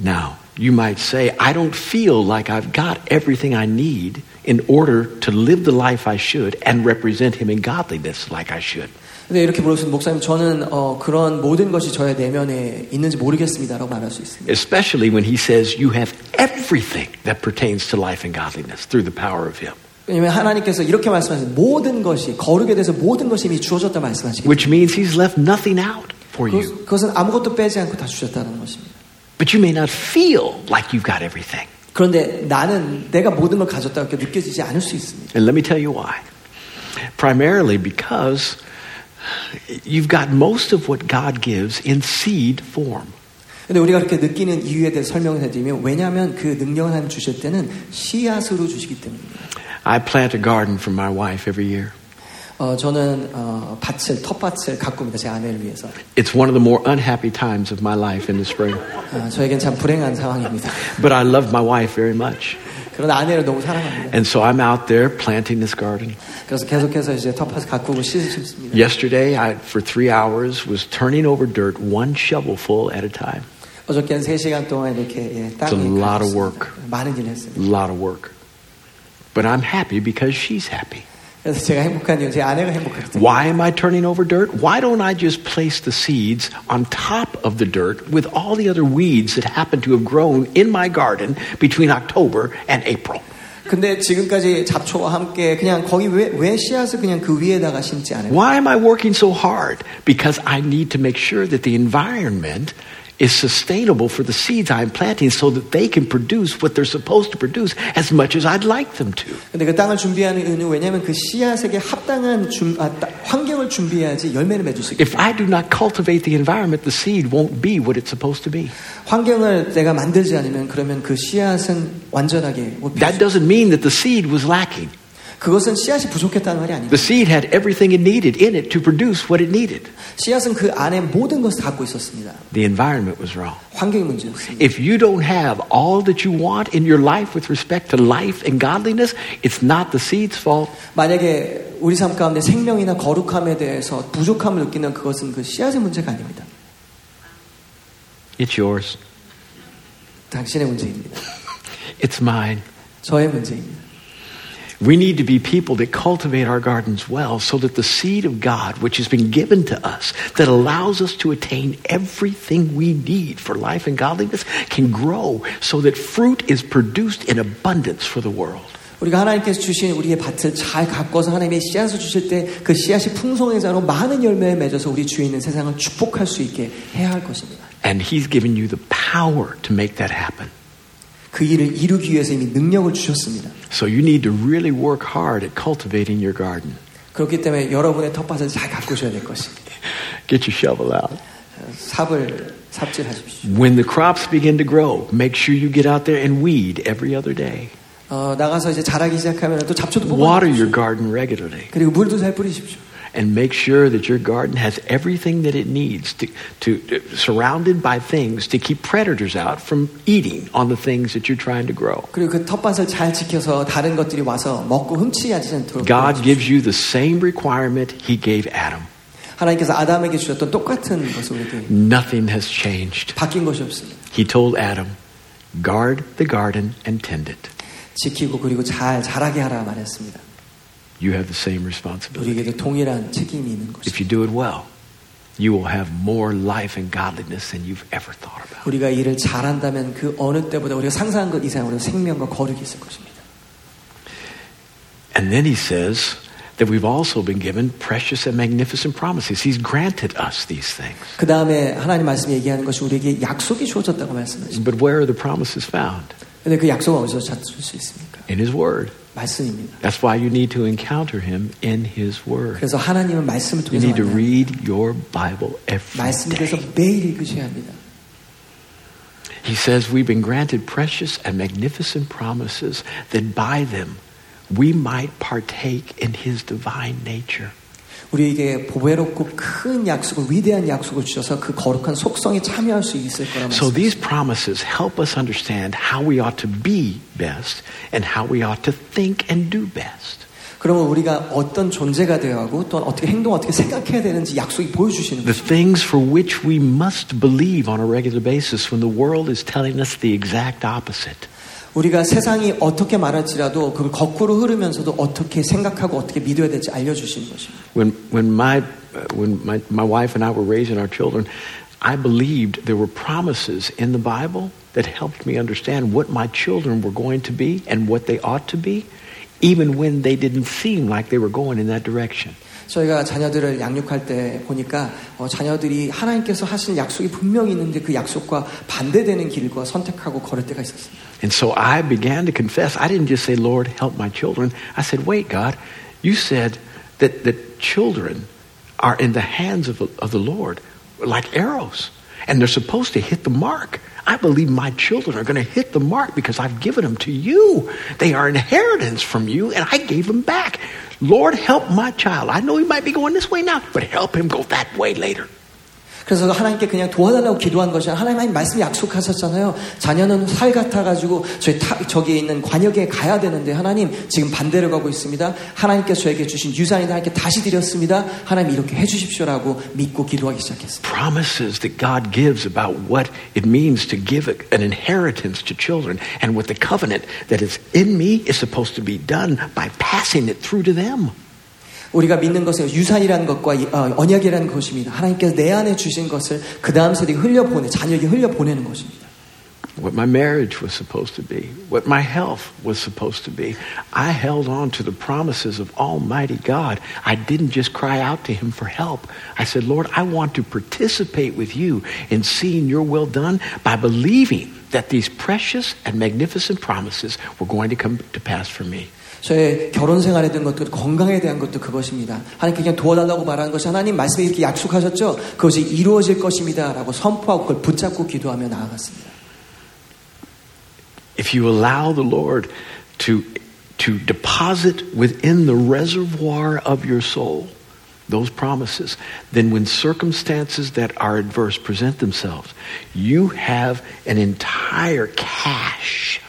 Speaker 1: Now, you might say, I don't feel like I've got everything I need in order to live the life I should and represent Him in godliness like I should.
Speaker 2: 근데 이렇게 물으시면 목사님 저는 어, 그런 모든 것이 저의 내면에 있는지 모르겠습니다라고 말할 수 있습니다.
Speaker 1: Especially when He says, You have everything that pertains to life and godliness through the power of Him.
Speaker 2: 왜냐하면 하나님께서 이렇게 말씀하신 모든 것이 거룩에 대해서 모든 것이 이미 주어졌다 말씀하시기
Speaker 1: Which means He's left nothing out for you.
Speaker 2: 그것, 그것은 아무것도 빼지 않고 다 주셨다는 것입니다.
Speaker 1: But you may not feel like you've got everything.
Speaker 2: 그런데 나는 내가 모든 걸 가졌다고 이렇게 느껴지지 않을 수 있습니다.
Speaker 1: And let me tell you why. Primarily because you've got most of what God gives in seed form.
Speaker 2: 근데 우리가 그렇게 느끼는 이유에 대해 설명을 해드리면 왜냐하면 그 능력을 하나님 주실 때는 씨앗으로 주시기 때문입니다.
Speaker 1: I plant a garden for my wife every year.
Speaker 2: 어, 저는 어, 밭을 텃밭을 가꿉니다. 제 아내를 위해서.
Speaker 1: It's one of the more unhappy times of my life in the spring.
Speaker 2: 아, 저에겐 참 불행한 상황입니다.
Speaker 1: But I love my wife very much.
Speaker 2: 그런 아내를 너무 사랑합니다.
Speaker 1: And so I'm out there planting this garden.
Speaker 2: 그래서 계속해서 이제 텃밭을 가꾸고 씨앗을 심습니다.
Speaker 1: Yesterday, I, for three hours, was turning over dirt one shovelful at a time.
Speaker 2: 어저께 한 3시간 동안 이렇게 예, 땅에
Speaker 1: It's a lot of
Speaker 2: 가꿨습니다.
Speaker 1: work.
Speaker 2: 많은 일을
Speaker 1: A
Speaker 2: 했습니다.
Speaker 1: lot of work. But I'm happy because she's happy.
Speaker 2: 그래서 제가 행복한 이유, 제 아내가 행복할 때
Speaker 1: Why am I turning over dirt? Why don't I just place the seeds on top of the dirt with all the other weeds that happen to have grown in my garden between October and April?
Speaker 2: 근데 지금까지 잡초와 함께 그냥 거기 왜, 왜 씨앗을 그냥 그 위에다가 심지 않을까?
Speaker 1: Why am I working so hard? Because I need to make sure that the environment is sustainable for the seeds I'm planting so that they can produce what they're supposed to produce as much as I'd like them to.
Speaker 2: 근데 그 땅을 준비하는 이유는 왜냐하면 그 씨앗에게 합당한 준- 아, 따- 환경을 준비해야지 열매를 맺을 수 있고
Speaker 1: If I do not cultivate the environment, the seed won't be what it's supposed to be.
Speaker 2: 환경을 내가 만들지 않으면 그러면 그 씨앗은 완전하게 못 피울 수
Speaker 1: That
Speaker 2: 있고.
Speaker 1: doesn't mean that the seed was lacking.
Speaker 2: 그것은 씨앗이 부족했다는 말이 아닙니다.
Speaker 1: The seed had everything it needed in it to produce what it needed.
Speaker 2: 씨앗은 그 안에 모든 것을 갖고 있었습니다.
Speaker 1: The environment was wrong.
Speaker 2: 환경이 문제였습니다.
Speaker 1: If you don't have all that you want in your life with respect to life and godliness, it's not the seed's fault.
Speaker 2: 만약에 우리 삶 가운데 생명이나 거룩함에 대해서 부족함을 느끼는 그것은 그 씨앗의 문제가 아닙니다.
Speaker 1: It's yours.
Speaker 2: 당신의 문제입니다.
Speaker 1: It's mine.
Speaker 2: 저의 문제입니다.
Speaker 1: We need to be people that cultivate our gardens well so that the seed of God, which has been given to us, that allows us to attain everything we need for life and godliness, can grow so that fruit is produced in abundance for the world.
Speaker 2: 우리가 하나님께서 주신 우리의 밭을 잘 가꿔서 하나님의 씨앗을 주실 때 그 씨앗이 풍성한 자로 많은 열매를 맺어서 우리 주위에 있는 세상을 축복할 수 있게 해야 할 것입니다.
Speaker 1: And He's given you the power to make that happen.
Speaker 2: 그 일을 이루기 위해서 이미 능력을 주셨습니다.
Speaker 1: So you need to really work hard at cultivating your garden.
Speaker 2: 그렇기 때문에 여러분의 텃밭을 잘 가꾸셔야 될 것입니다.
Speaker 1: Get your shovel out.
Speaker 2: 삽을 삽질하십시오.
Speaker 1: When the crops begin to grow, make sure you get out there and weed every other day.
Speaker 2: 어, 나가서 이제 자라기 시작하면 또 잡초도 뽑아
Speaker 1: Water your garden regularly.
Speaker 2: 그리고 물도 잘 뿌리십시오.
Speaker 1: and make sure that your garden has everything that it needs to, to, surrounded by things to keep predators out from eating on the things that you're trying to grow.
Speaker 2: 그리고 그 텃밭을 잘 지켜서 다른 것들이 와서 먹고 훔치지 않도록
Speaker 1: God
Speaker 2: 도와주십시오.
Speaker 1: gives you the same requirement he gave Adam.
Speaker 2: 하나님께서 아담에게 주셨던 똑같은 것을 우리에게
Speaker 1: Nothing has changed.
Speaker 2: 바뀐 것이 없습니다.
Speaker 1: He told Adam, guard the garden and tend it.
Speaker 2: 지키고 그리고 잘 자라게 하라 말했습니다.
Speaker 1: You have the same responsibility
Speaker 2: 우리에게도 동일한 책임이 있는 것입니다.
Speaker 1: if you do it well. you will have more life and godliness than you've ever thought about.
Speaker 2: 우리가 일을 잘한다면 그 어느 때보다 우리가 상상한 것 이상으로 생명과 거룩이 있을 것입니다.
Speaker 1: And then he says that we've also been given precious and magnificent promises. He's granted us these things.
Speaker 2: 그 다음에 하나님 말씀이 얘기하는 것이 우리에게 약속이 주어졌다고 말씀하십니다.
Speaker 1: But where are the promises found?
Speaker 2: 근데 그 약속은 어디서 찾을 수 있습니까?
Speaker 1: In his word.
Speaker 2: 말씀입니다.
Speaker 1: That's why you need to encounter him in his word.
Speaker 2: 그래서 하나님은 말씀을
Speaker 1: You
Speaker 2: 통해서
Speaker 1: need to
Speaker 2: 만나요.
Speaker 1: read your Bible every
Speaker 2: 말씀을 통해서
Speaker 1: day.
Speaker 2: 매일 읽으셔야 합니다.
Speaker 1: He says we've been granted precious and magnificent promises that by them we might partake in his divine nature.
Speaker 2: 우리에게 보배롭고 큰 약속을 위대한 약속을 주셔서 그 거룩한 속성에 참여할 수 있을 거라
Speaker 1: So these
Speaker 2: 말씀입니다.
Speaker 1: promises help us understand how we ought to be best and how we ought to think and do best.
Speaker 2: 그러면 우리가 어떤 존재가 되어야 하고 또한 어떻게 행동 어떻게 생각해야 되는지 약속이 보여주시는
Speaker 1: The
Speaker 2: 거죠.
Speaker 1: things for which we must believe on a regular basis when the world is telling us the exact opposite.
Speaker 2: 우리가 세상이 어떻게 말할지라도 그걸 거꾸로 흐르면서도 어떻게 생각하고 어떻게 믿어야 될지 알려주시는 것입니다.
Speaker 1: When, when, my, uh, when my, my wife and I were raising our children, I believed there were promises in the Bible that helped me understand what my children were going to be and what they ought to be, even when they didn't seem like they were going in that direction.
Speaker 2: 저희가 자녀들을 양육할 때 보니까 어, 자녀들이 하나님께서 하신 약속이 분명히 있는데 그 약속과 반대되는 길과 선택하고 걸을 때가 있었습니다.
Speaker 1: And so I began to confess. I didn't just say, Lord, help my children. I said, wait, God, you said that, that children are in the hands of, the- of the Lord like arrows, and they're supposed to hit the mark. I believe my children are going to hit the mark because I've given them to you. They are inheritance from you, and I gave them back. Lord, help my child. I know he might be going this way now, but help him go that way later.
Speaker 2: 그래서 하나님께 그냥 도와달라고 기도한 것이 아니라 하나님 말씀 약속하셨잖아요. 자녀는 살 같아가지고 저희 타, 저기에 있는 관역에 가야 되는데 하나님 지금 반대로 가고 있습니다. 하나님께 저에게 주신 유산이 하나님께 다시 드렸습니다. 하나님 이렇게 해주십시오라고 믿고 기도하기 시작했습니다.
Speaker 1: promises that God gives about what it means to give a- an inheritance to children and what the covenant that is in me is supposed to be done by passing it through to them.
Speaker 2: 우리가 믿는 것은 유산이라는 것과 이- 어, 언약이라는 것입니다. 하나님께서 내 안에 주신 것을 그 다음 세대에 흘려보내 자녀에게 흘려보내는 것입니다.
Speaker 1: What my marriage was supposed to be, what my health was supposed to be. I held on to the promises of Almighty God. I didn't just cry out to Him for help. I said, Lord, I want to participate with you in seeing your will done by believing that these precious and magnificent promises were going to come to pass for me.
Speaker 2: 저의 결혼 생활에 대한 것도 건강에 대한 것도 그것입니다. 하나님 그냥 도와달라고 말하는 것이 하나님 말씀에 이렇게 약속하셨죠. 그것이 이루어질 것입니다라고 선포하고 그걸 붙잡고 기도하며 나아갔습니다.
Speaker 1: If you allow the Lord to, to deposit within the reservoir of your soul those promises, then when circumstances that are adverse present themselves, you have an entire cache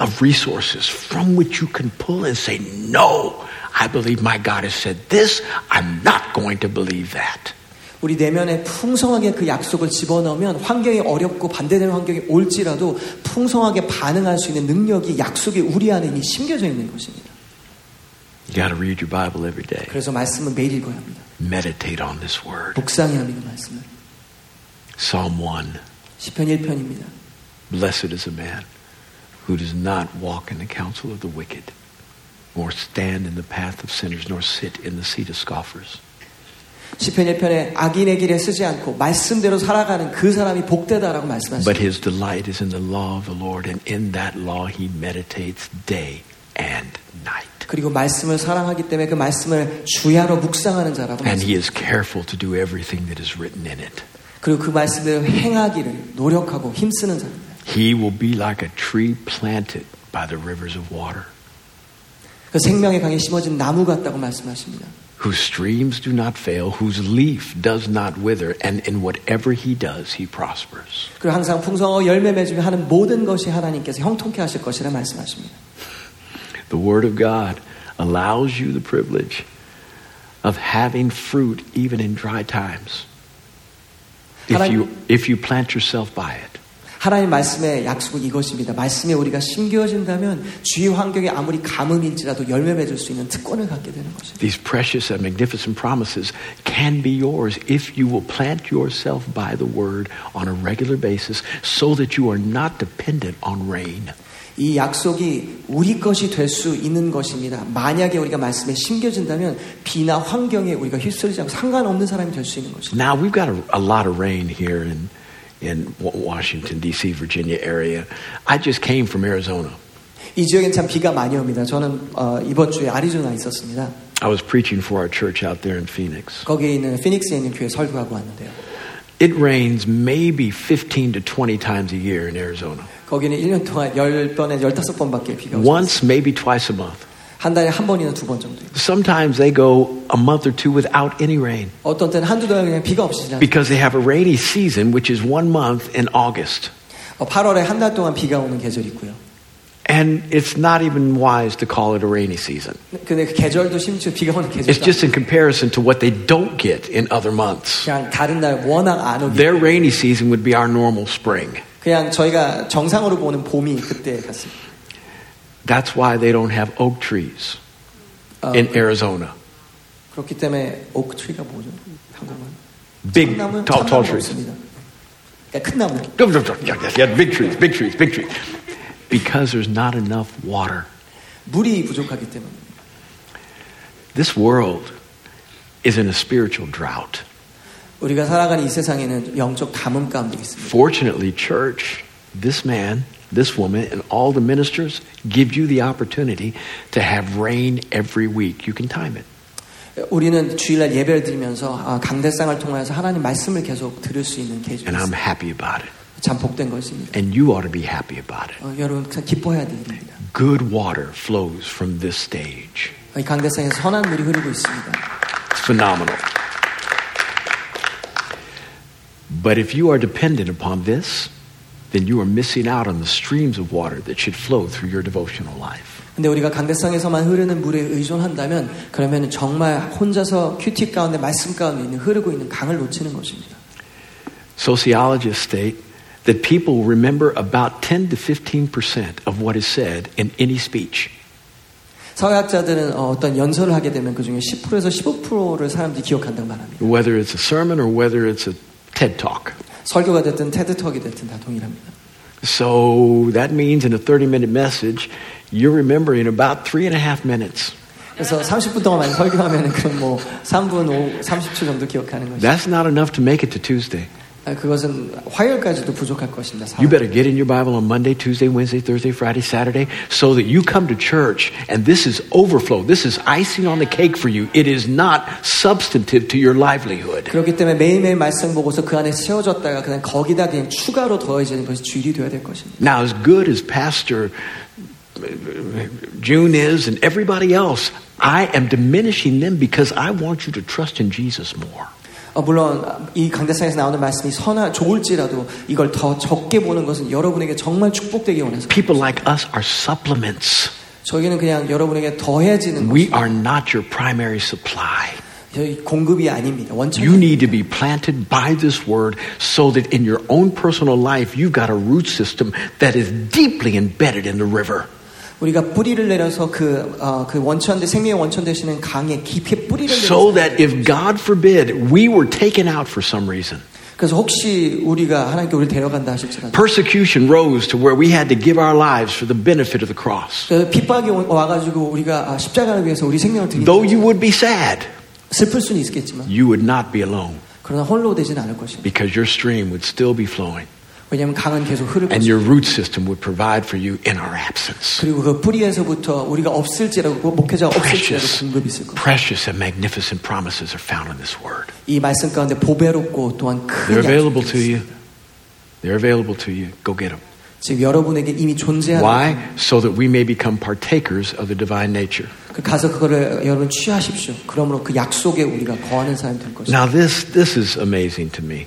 Speaker 1: of resources from which you can pull and say, No, I believe my God has said this. I'm not going to believe that.
Speaker 2: 우리 내면에 풍성하게 그 약속을 집어넣으면 환경이 어렵고 반대되는 환경이 올지라도 풍성하게 반응할 수 있는 능력이 약속이 우리 안에 이미 심겨져 있는 것입니다.
Speaker 1: You got to read your Bible every day,
Speaker 2: 그래서 말씀은 매일 읽어야 합니다.
Speaker 1: meditate on this word.
Speaker 2: 묵상해야 합니다. 말씀을.
Speaker 1: Psalm 1.
Speaker 2: 시편 1편입니다.
Speaker 1: Blessed is a man who does not walk in the counsel of the wicked, nor stand in the path of sinners, nor sit in the seat of scoffers.
Speaker 2: 시편 1편에 악인의 길에 쓰지 않고 말씀대로 살아가는 그 사람이 복되다라고 말씀하십니다.
Speaker 1: But his delight is in the law of the Lord, and in that law he meditates day and night.
Speaker 2: 그리고 말씀을 사랑하기 때문에 그 말씀을 주야로 묵상하는 자라고
Speaker 1: And
Speaker 2: 말씀.
Speaker 1: he is careful to do everything that is written in it.
Speaker 2: 그리고 그 말씀대로 행하기를 노력하고 힘쓰는 자입니다.
Speaker 1: He will be like a tree planted by the rivers of water,
Speaker 2: 그 생명의 강에 심어진 나무 같다고 말씀하십니다.
Speaker 1: whose streams do not fail, whose leaf does not wither, and in whatever he does, he prospers.
Speaker 2: 그리고 항상 풍성하고 열매 맺으며 하는 모든 것이 하나님께서 형통케 하실 것이라 말씀하십니다.
Speaker 1: The Word of God allows you the privilege of having fruit even in dry times. If
Speaker 2: Haram-
Speaker 1: you, if you plant yourself by it.
Speaker 2: 하나님 말씀의 약속은 이것입니다. 말씀에 우리가 심겨진다면 주위 환경이 아무리 가뭄일지라도 열매 맺을 수 있는 특권을 갖게 되는 것입니다.
Speaker 1: These precious and magnificent promises can be yours if you will plant yourself by the word on a regular basis so that you are not dependent on rain.
Speaker 2: 이 약속이 우리 것이 될 수 있는 것입니다. 만약에 우리가 말씀에 심겨진다면 비나 환경에 우리가 휩쓸리지 않고 상관없는 사람이 될 수 있는 것입니다.
Speaker 1: Now, we've got a, a lot of rain here in, in Wa- Washington, D.C., Virginia area. I just came from Arizona.
Speaker 2: 이 지역엔 참 비가 많이 옵니다. 저는 어, 이번 주에 아리조나 있었습니다.
Speaker 1: I was preaching for our church out there in Phoenix.
Speaker 2: 거기에 있는 피닉스에 있는 교회 설교하고 왔는데요.
Speaker 1: It rains maybe 15 to 20 times a year in Arizona.
Speaker 2: 거기는 1년 동안 10번에 15번밖에 비가 오지 않습니다.
Speaker 1: Once, maybe twice a month.
Speaker 2: 한 달에 한 번이나 두 번 정도.
Speaker 1: Sometimes they go a month or two without any rain
Speaker 2: 어떤 때는 한두 달 그냥 비가 없이 지나.
Speaker 1: because they have a rainy season, which is one month in August.
Speaker 2: 어, 8월에 한 달 동안 비가 오는 계절이 있고요.
Speaker 1: And it's not even wise to call it a rainy season.
Speaker 2: 근데 그 계절도 심지어 비가 오는
Speaker 1: It's
Speaker 2: 계절도
Speaker 1: just in comparison to what they don't get in other months.
Speaker 2: 그냥 다른 날 워낙 안 오기.
Speaker 1: Their rainy season would be our normal spring.
Speaker 2: 그냥 저희가 정상으로 보는 봄이 그때 같습니다.
Speaker 1: That's why they don't have oak trees
Speaker 2: 어,
Speaker 1: in Arizona.
Speaker 2: 그렇기 때문에 오크트리가 뭐죠? 한국말.
Speaker 1: Big,
Speaker 2: 참나무는
Speaker 1: tall,
Speaker 2: 참나무가
Speaker 1: tall trees.
Speaker 2: 없습니다. 그러니까 큰 나무.
Speaker 1: Yeah, yeah, yeah, big trees, big trees, big trees. Because there's not enough water.
Speaker 2: 물이 부족하기 때문에.
Speaker 1: This world is in a spiritual drought.
Speaker 2: 우리가 살아가는 이 세상에는 영적 가뭄 가운데 있습니다.
Speaker 1: Fortunately, church, this man, this woman, and all the ministers give you the opportunity to have rain every week. You can time it.
Speaker 2: 우리는 주일날 예배를 드리면서 아, 강대상을 통해서 하나님 말씀을 계속 들을 수 있는 계절이
Speaker 1: And I'm
Speaker 2: 있습니다.
Speaker 1: happy about it.
Speaker 2: 참 복된 것입니다.
Speaker 1: And you ought to be happy about it.
Speaker 2: 어, 여러분 참 기뻐해야 됩니다.
Speaker 1: Good water flows from this stage.
Speaker 2: 이 강대상에서 선한 물이 흐르고 있습니다.
Speaker 1: It's phenomenal. But if you are dependent upon this, then you are missing out on the streams of water that should flow through your devotional life.
Speaker 2: 근데 우리가 강대상에서만 흐르는 물에 의존한다면 그러면 정말 혼자서 큐티 가운데 말씀 가운데 있는 흐르고 있는 강을 놓치는 것입니다.
Speaker 1: Sociologists state that people remember about 10 to 15 percent of what is said in any speech.
Speaker 2: 사회학자들은 어, 어떤 연설을 하게 되면 그 중에 10%에서 15%를 사람들이 기억한다고 말합니다.
Speaker 1: Whether it's a sermon or whether it's a TED talk.
Speaker 2: 설교가 됐든 테드턱이 됐든 다 동일합니다.
Speaker 1: So that means in a 30 minute message, you're remembering about three and a half minutes.
Speaker 2: 그래서 30분 동안 많이 설교하면 그럼 뭐 3분 5, 30초 정도 기억하는 거죠.
Speaker 1: That's not enough to make it to Tuesday.
Speaker 2: 아, 그것은 화요일까지도 부족할 것입니다. 사람.
Speaker 1: You better get in your Bible on Monday, Tuesday, Wednesday, Thursday, Friday, Saturday, so that you come to church and this is overflow. This is icing on the cake for you. It is not substantive to your livelihood.
Speaker 2: 그렇기 때문에 매일매일 말씀 보고서 그 안에 채워졌다가 그냥 거기다 그냥 추가로 더해지는 것이 주일이 되어야 될 것입니다.
Speaker 1: Now, as good as Pastor June is and everybody else, I am diminishing them because I want you to trust in Jesus more.
Speaker 2: 어, 물론 이 강대상에서 나오는 말씀이 선하 좋을지라도 이걸 더 적게 보는 것은 여러분에게 정말 축복되기 원해서
Speaker 1: People like us are supplements.
Speaker 2: 저희는 그냥 여러분에게 더해지는
Speaker 1: We
Speaker 2: 것이
Speaker 1: are not your primary supply.
Speaker 2: 저희 공급이 아닙니다.
Speaker 1: You
Speaker 2: 원천
Speaker 1: need to be planted by this word so that in your own personal life, you've got a root system that is deeply embedded in the river.
Speaker 2: 우리가 뿌리를 내려서 그, 어, 그 원천 생명의 원천 되시는 강에 깊이 뿌리를
Speaker 1: So
Speaker 2: 내려서
Speaker 1: that if God forbid we were taken out for some reason,
Speaker 2: 그래서 혹시 우리가 하나님께 우리를 데려간다 하실지라도
Speaker 1: persecution rose to where we had to give our lives for the benefit of the cross.
Speaker 2: 그 핍박이 오- 와가지고 우리가 아, 십자가를 위해서 우리 생명을 드리는
Speaker 1: Though you would be sad,
Speaker 2: 슬플 수는 있겠지만
Speaker 1: you would not be alone
Speaker 2: 그러나 홀로 되지는 않을 것입니다.
Speaker 1: because your stream would still be flowing
Speaker 2: 왜냐하면 강은 계속 흐를
Speaker 1: and your
Speaker 2: 것입니다.
Speaker 1: root system would provide for you in our absence.
Speaker 2: 그리고 그 뿌리에서부터 우리가 없을지라고 목회자가 없을지라도
Speaker 1: Precious,
Speaker 2: 공급이 있을 겁니다.
Speaker 1: precious and magnificent promises are found in this word.
Speaker 2: 이 말씀 가운데 보배롭고 또한 큰
Speaker 1: They're available
Speaker 2: 약속이
Speaker 1: to you.
Speaker 2: 있습니다.
Speaker 1: They're available to you. Go get them.
Speaker 2: 지금 여러분에게 이미 존재하는
Speaker 1: Why? So that we may become partakers of the divine nature.
Speaker 2: 그 가서 그거를 여러분 취하십시오. 그러므로 그 약속에 우리가 거하는 사람이 될 것입니다.
Speaker 1: Now this this is amazing to me.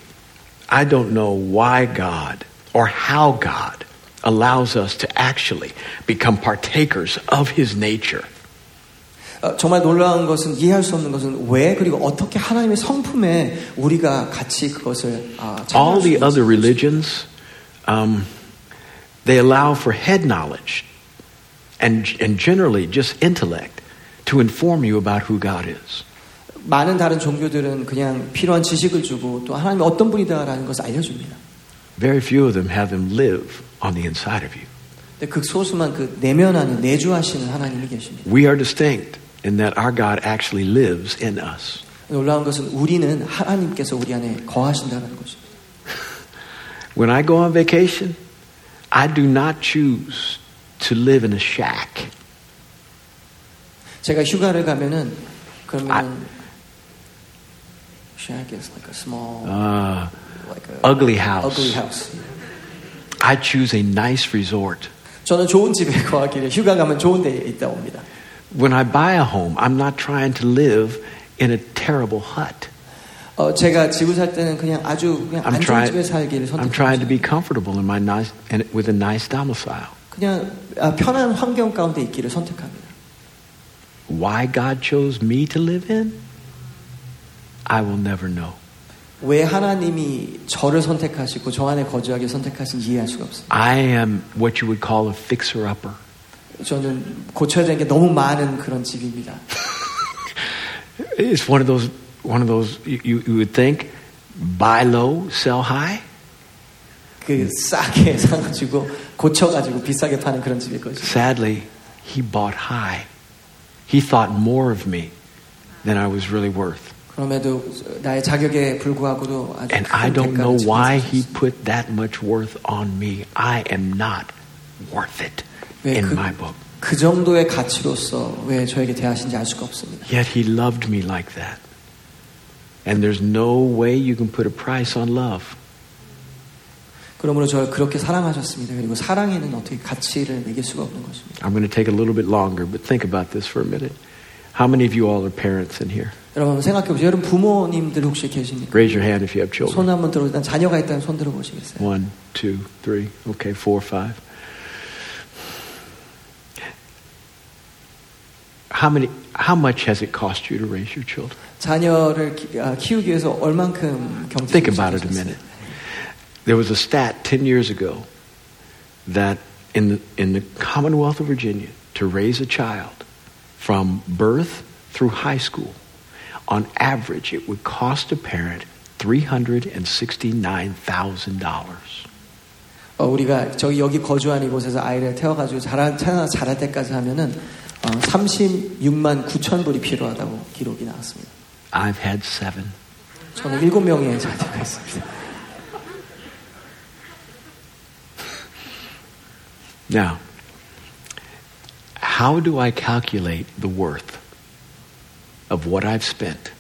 Speaker 1: I don't know why God or how God allows us to actually become partakers of his nature.
Speaker 2: 어, 정말 놀라운 것은 이해할 수 없는 것은 왜 그리고 어떻게 하나님의 성품에 우리가 같이 그것을 아, 참여할
Speaker 1: All
Speaker 2: 수
Speaker 1: the
Speaker 2: 있는지.
Speaker 1: other religions um, they allow for head knowledge and, and generally just intellect to inform you about who God is.
Speaker 2: 많은 다른 종교들은 그냥 필요한 지식을 주고 또 하나님이 어떤 분이다라는 것을 알려줍니다.
Speaker 1: Very few of them have them live on the inside of you.
Speaker 2: 근데 극소수만 그 내면 안에 내주하시는 하나님이 계십니다.
Speaker 1: We are distinct in that our God actually lives in us.
Speaker 2: 놀라운 것은 우리는 하나님께서 우리 안에 거하신다는 것입니다.
Speaker 1: When I go on vacation, I do not choose to live in a shack.
Speaker 2: 제가 휴가를 가면은
Speaker 1: 아.
Speaker 2: 그러면 shack is like a small
Speaker 1: Uh,
Speaker 2: like a
Speaker 1: ugly house.
Speaker 2: ugly house.
Speaker 1: I choose a nice resort.
Speaker 2: 저는 좋은 집에 거하기를 휴가 가면 좋은 데에 있다 옵니다.
Speaker 1: When I buy a home, I'm not trying to live in a terrible hut.
Speaker 2: 어, 제가 집을 살 때는 그냥 아주 그냥
Speaker 1: I'm
Speaker 2: 안 좋은 집에
Speaker 1: trying,
Speaker 2: 살기를
Speaker 1: I'm trying
Speaker 2: 선택합니다.
Speaker 1: to be comfortable in my nice, in, with a nice domicile.
Speaker 2: 그냥 아, 편한 환경 가운데 있기를 선택합니다.
Speaker 1: Why God chose me to live in, I will never know.
Speaker 2: 왜 하나님이 저를 선택하시고 저 안에 거주하게 선택하신지 이해할 수가 없어요.
Speaker 1: I am what you would call a fixer upper.
Speaker 2: 저는 고쳐야 되는 게 너무 많은 그런 집입니다.
Speaker 1: It's one of those, one of those you, you you would think, buy low, sell high.
Speaker 2: 그 싸게 사가지고 고쳐가지고 비싸게 파는 그런 집일 거죠.
Speaker 1: Sadly, he bought high. He thought more of me than I was really worth.
Speaker 2: 그럼에도 나의 자격에 불구하고도 아주
Speaker 1: And
Speaker 2: 큰
Speaker 1: I don't
Speaker 2: 대가를
Speaker 1: know why
Speaker 2: 지불하셨어요.
Speaker 1: he put that much worth on me. I am not worth it
Speaker 2: 왜
Speaker 1: in
Speaker 2: 그,
Speaker 1: my book.
Speaker 2: 그 정도의 가치로서 왜 저에게 대하신지 알 수가 없습니다.
Speaker 1: Yet he loved me like that. And there's no way you can put a price on love.
Speaker 2: 그러므로 저를 그렇게 사랑하셨습니다. 그리고 사랑에는 어떻게 가치를 매길 수가 없는 것입니다.
Speaker 1: I'm going to take a little bit longer, but think about this for a minute. How many of you all are parents in here?
Speaker 2: 여러분 한번 생각해 보세요. 여러분 부모님들 혹시 계십니까?
Speaker 1: Raise your hand if you have
Speaker 2: 손
Speaker 1: children.
Speaker 2: 한번 들어 일단 자녀가 있다면 손 들어 보시겠어요?
Speaker 1: One, two, three, okay, four, five. How many? How much has it cost you to raise your children?
Speaker 2: 자녀를 키- 아, 키우기 위해서 얼만큼
Speaker 1: Think
Speaker 2: 경제를
Speaker 1: about it a minute. There was a stat 10 years ago that in the, in the Commonwealth of Virginia, to raise a child from birth through high school, on average, it would cost a parent $369,000.
Speaker 2: 어, 우리가 저기 여기 거주한 이곳에서 아이를 태워가지고 자라, 태어나 자랄 때까지 하면은 어, 36만 9천 불이 필요하다고 기록이 나왔습니다.
Speaker 1: I've had seven.
Speaker 2: 저는 7명의 자녀가 있습니다.
Speaker 1: Now, how do I calculate the worth of what I've spent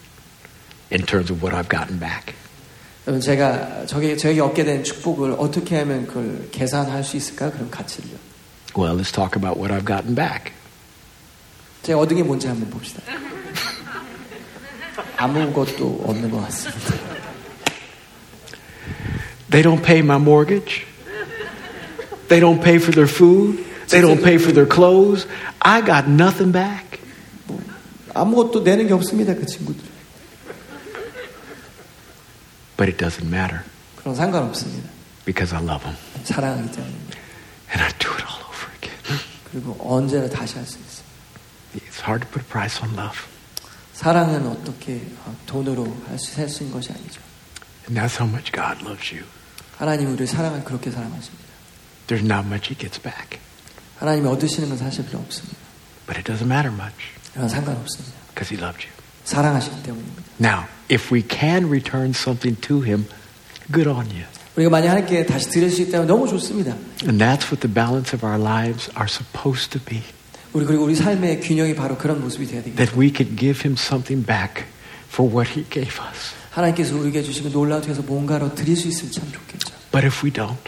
Speaker 1: in terms of what I've gotten back?
Speaker 2: 여러분 제가 저게 저에게 얻게 된 축복을 어떻게 하면 그걸 계산할 수 있을까? 그런 가치를요.
Speaker 1: Well, let's talk about what I've gotten back.
Speaker 2: 제가 얻은 게 뭔지 한번 봅시다. 아무것도 없는 것 같습니다.
Speaker 1: They don't pay my mortgage. They don't pay for their food. They don't pay for their clothes. I got nothing back.
Speaker 2: 아무것도 내는 게 없습니다. 그 친구들.
Speaker 1: But it doesn't matter
Speaker 2: 그런 상관없습니다.
Speaker 1: because I love them.
Speaker 2: 사랑하기 때문에.
Speaker 1: And I do it all over again.
Speaker 2: 그리고 언제나 다시 할 수 있어요.
Speaker 1: It's hard to put a price on love.
Speaker 2: 사랑은 어떻게 어, 돈으로 할수 있는 것이 아니죠.
Speaker 1: And that's how much God loves you.
Speaker 2: 하나님 우리를 사랑을 그렇게 사랑하십니다.
Speaker 1: There's not much He gets back.
Speaker 2: 하나님이 얻으시는 건 사실 필요 없습니다.
Speaker 1: But it doesn't matter much
Speaker 2: 그런 상관없습니다.
Speaker 1: because He loved you.
Speaker 2: 사랑하시기 때문입니다.
Speaker 1: Now, if we can return something to Him, good on you.
Speaker 2: 우리가 만약 하나님께 다시 드릴 수 있다면 너무 좋습니다.
Speaker 1: And that's what the balance of our lives are supposed to be.
Speaker 2: 우리 그리고 우리 삶의 균형이 바로 그런 모습이 되어야 됩니다.
Speaker 1: that we could give him something back for what he gave us.
Speaker 2: 하나님께서 우리에게 주시는 놀라운 해서 뭔가로 드릴 수 있으면 참 좋겠죠.
Speaker 1: But if we don't,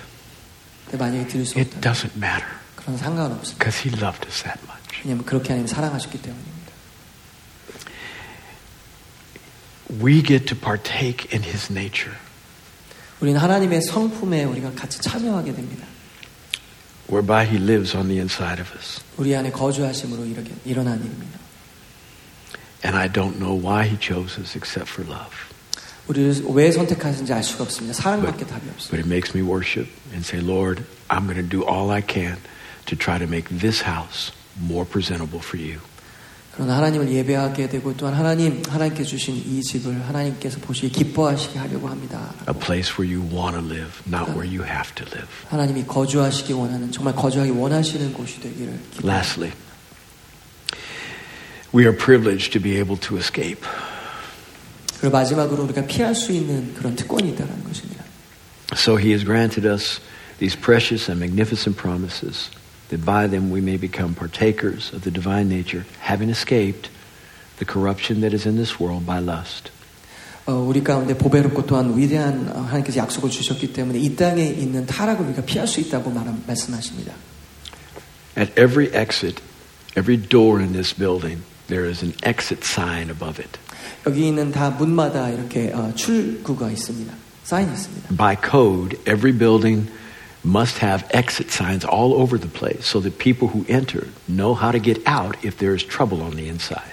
Speaker 2: 근데 만약에 드릴 수
Speaker 1: it
Speaker 2: 없다면
Speaker 1: doesn't matter
Speaker 2: 그런 상관없습니다.
Speaker 1: because he loved us that much.
Speaker 2: 왜냐하면 그렇게 하나님 사랑하셨기 때문입니다.
Speaker 1: We get to partake in his nature.
Speaker 2: 우리는 하나님의 성품에 우리가 같이 참여하게 됩니다.
Speaker 1: Whereby he lives on the inside of us.
Speaker 2: 우리 안에 거주하심으로 이렇게 일어난 일입니다.
Speaker 1: And I don't know why he chose us except for love.
Speaker 2: 우리를 왜 선택하신지 알 수가 없습니다. 사랑밖에 답이 없습니다.
Speaker 1: But it makes me worship and say, Lord, I'm going to do all I can to try to make this house more presentable for you.
Speaker 2: 그러나 하나님을 예배하게 되고 또한 하나님 하나님께 주신 이 집을 하나님께서 보시기 기뻐하시게 하려고 합니다.
Speaker 1: A place where you want to live, not where you have to live.
Speaker 2: 하나님이 거주하시기 원하는 정말 거주하기 원하시는 곳이 되기를 기도합니다.
Speaker 1: Lastly, we are privileged to be able to escape.
Speaker 2: 그리고 마지막으로 우리가 피할 수 있는 그런 특권이 있다는 것입니다.
Speaker 1: So he has granted us these precious and magnificent promises that by them we may become partakers of the divine nature, having escaped the corruption that is in this world by lust.
Speaker 2: 어, 우리 가운데 보배롭고 또한 위대한 어, 하나님께서 약속을 주셨기 때문에 이 땅에 있는 타락을 우리가 피할 수 있다고 말한, 말씀하십니다.
Speaker 1: At every exit, every door in this building, there is an exit sign above it.
Speaker 2: 여기 있는 다 문마다 이렇게 어, 출구가 있습니다. 사인이 있습니다.
Speaker 1: By code, every building must have exit signs all over the place so that people who enter know how to get out if there is trouble on the inside.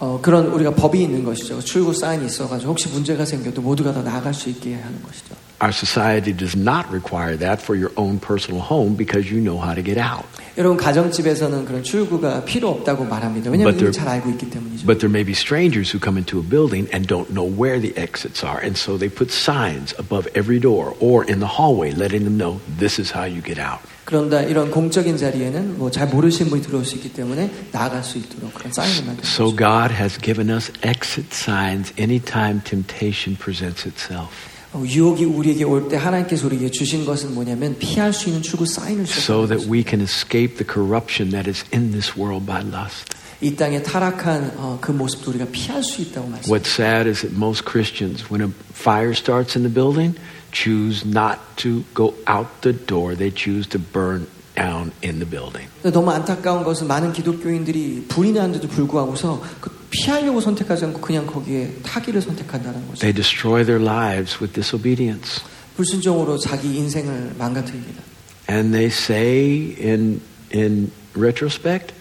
Speaker 2: 어, 그런 우리가 법이 있는 것이죠. 출구 사인이 있어가지고 혹시 문제가 생겨도 모두가 다 나갈 수 있게 하는 것이죠.
Speaker 1: Our society does not require that for your own personal home because you know how to get out.
Speaker 2: 여러분 가정집에서는 그런 출구가 필요 없다고 말합니다. 왜냐하면
Speaker 1: But
Speaker 2: 이미
Speaker 1: there-
Speaker 2: 잘 알고 있기 때문이죠.
Speaker 1: But there may be strangers who come into a building and don't know where the exits are, and so they put signs above every door or in the hallway letting them know this is how you get out.
Speaker 2: 그런다 이런 공적인 자리에는 뭐 잘 모르시는 분이 들어올 수 있기 때문에 나갈 수 있도록 그런 사인을 만들어
Speaker 1: So God has given us exit signs anytime temptation presents itself
Speaker 2: 어, 유혹이 우리에게 올 때 하나님께서 우리에게 주신 것은 뭐냐면 피할 수 있는 출구 사인을 주셨습니다.
Speaker 1: so that we can escape the corruption that is in this world by lust.
Speaker 2: 이 땅에 타락한 어, 그 모습도 우리가 피할 수 있다고 말씀.
Speaker 1: What's sad is that most Christians, when a fire starts in the building, choose not to go out the door, they choose to burn down in the building.
Speaker 2: 근데 너무 안타까운 것은 많은 기독교인들이 불이 나는데도 불구하고서 그 피하려고 선택하지 않고 그냥 거기에 타기를 선택한다는 거죠.
Speaker 1: They destroy their lives with disobedience.
Speaker 2: 불순종으로 자기 인생을 망가뜨립니다.
Speaker 1: And they say in, in retrospect,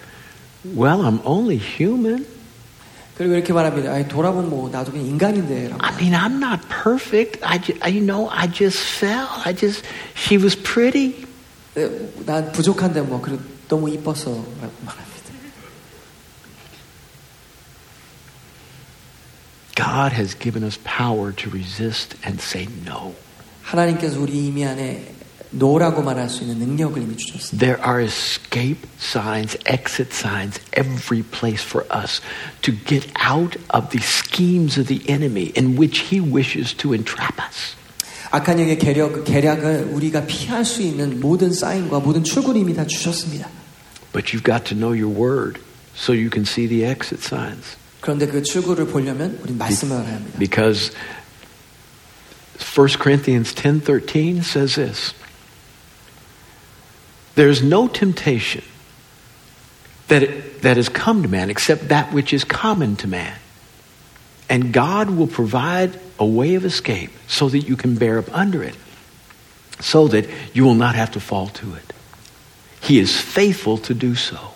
Speaker 1: well, I'm only human.
Speaker 2: 그리고 이렇게 말합니다. 아이, 돌아보면 뭐 나도 그냥 인간인데라고.
Speaker 1: I mean, I'm not perfect. I, ju- I- you know, I just fell. I just, she was pretty.
Speaker 2: 에, 난 부족한데 뭐 그래 너무 이뻐서라고 말합니다.
Speaker 1: God has given us power to resist and say no.
Speaker 2: 하나님께서 우리 이미 안에 노라고 말할 수 있는 능력을 이미 주셨습니다.
Speaker 1: There are escape signs, exit signs, every place for us to get out of the schemes of the enemy in which he wishes to entrap us.
Speaker 2: 악한 영의 계략, 계략을 우리가 피할 수 있는 모든 사인과 모든 출구를 이미 다 주셨습니다.
Speaker 1: But you've got to know your word so you can see the exit signs.
Speaker 2: 그런데 그 출구를 보려면 우린 말씀을 알아야 합니다.
Speaker 1: Because 1 Corinthians 10:13 says this. There's no temptation that it, that has come to man except that which is common to man. And God will provide a way of escape so that you can bear up under it, so that you will not have to fall to it. He is faithful to do so.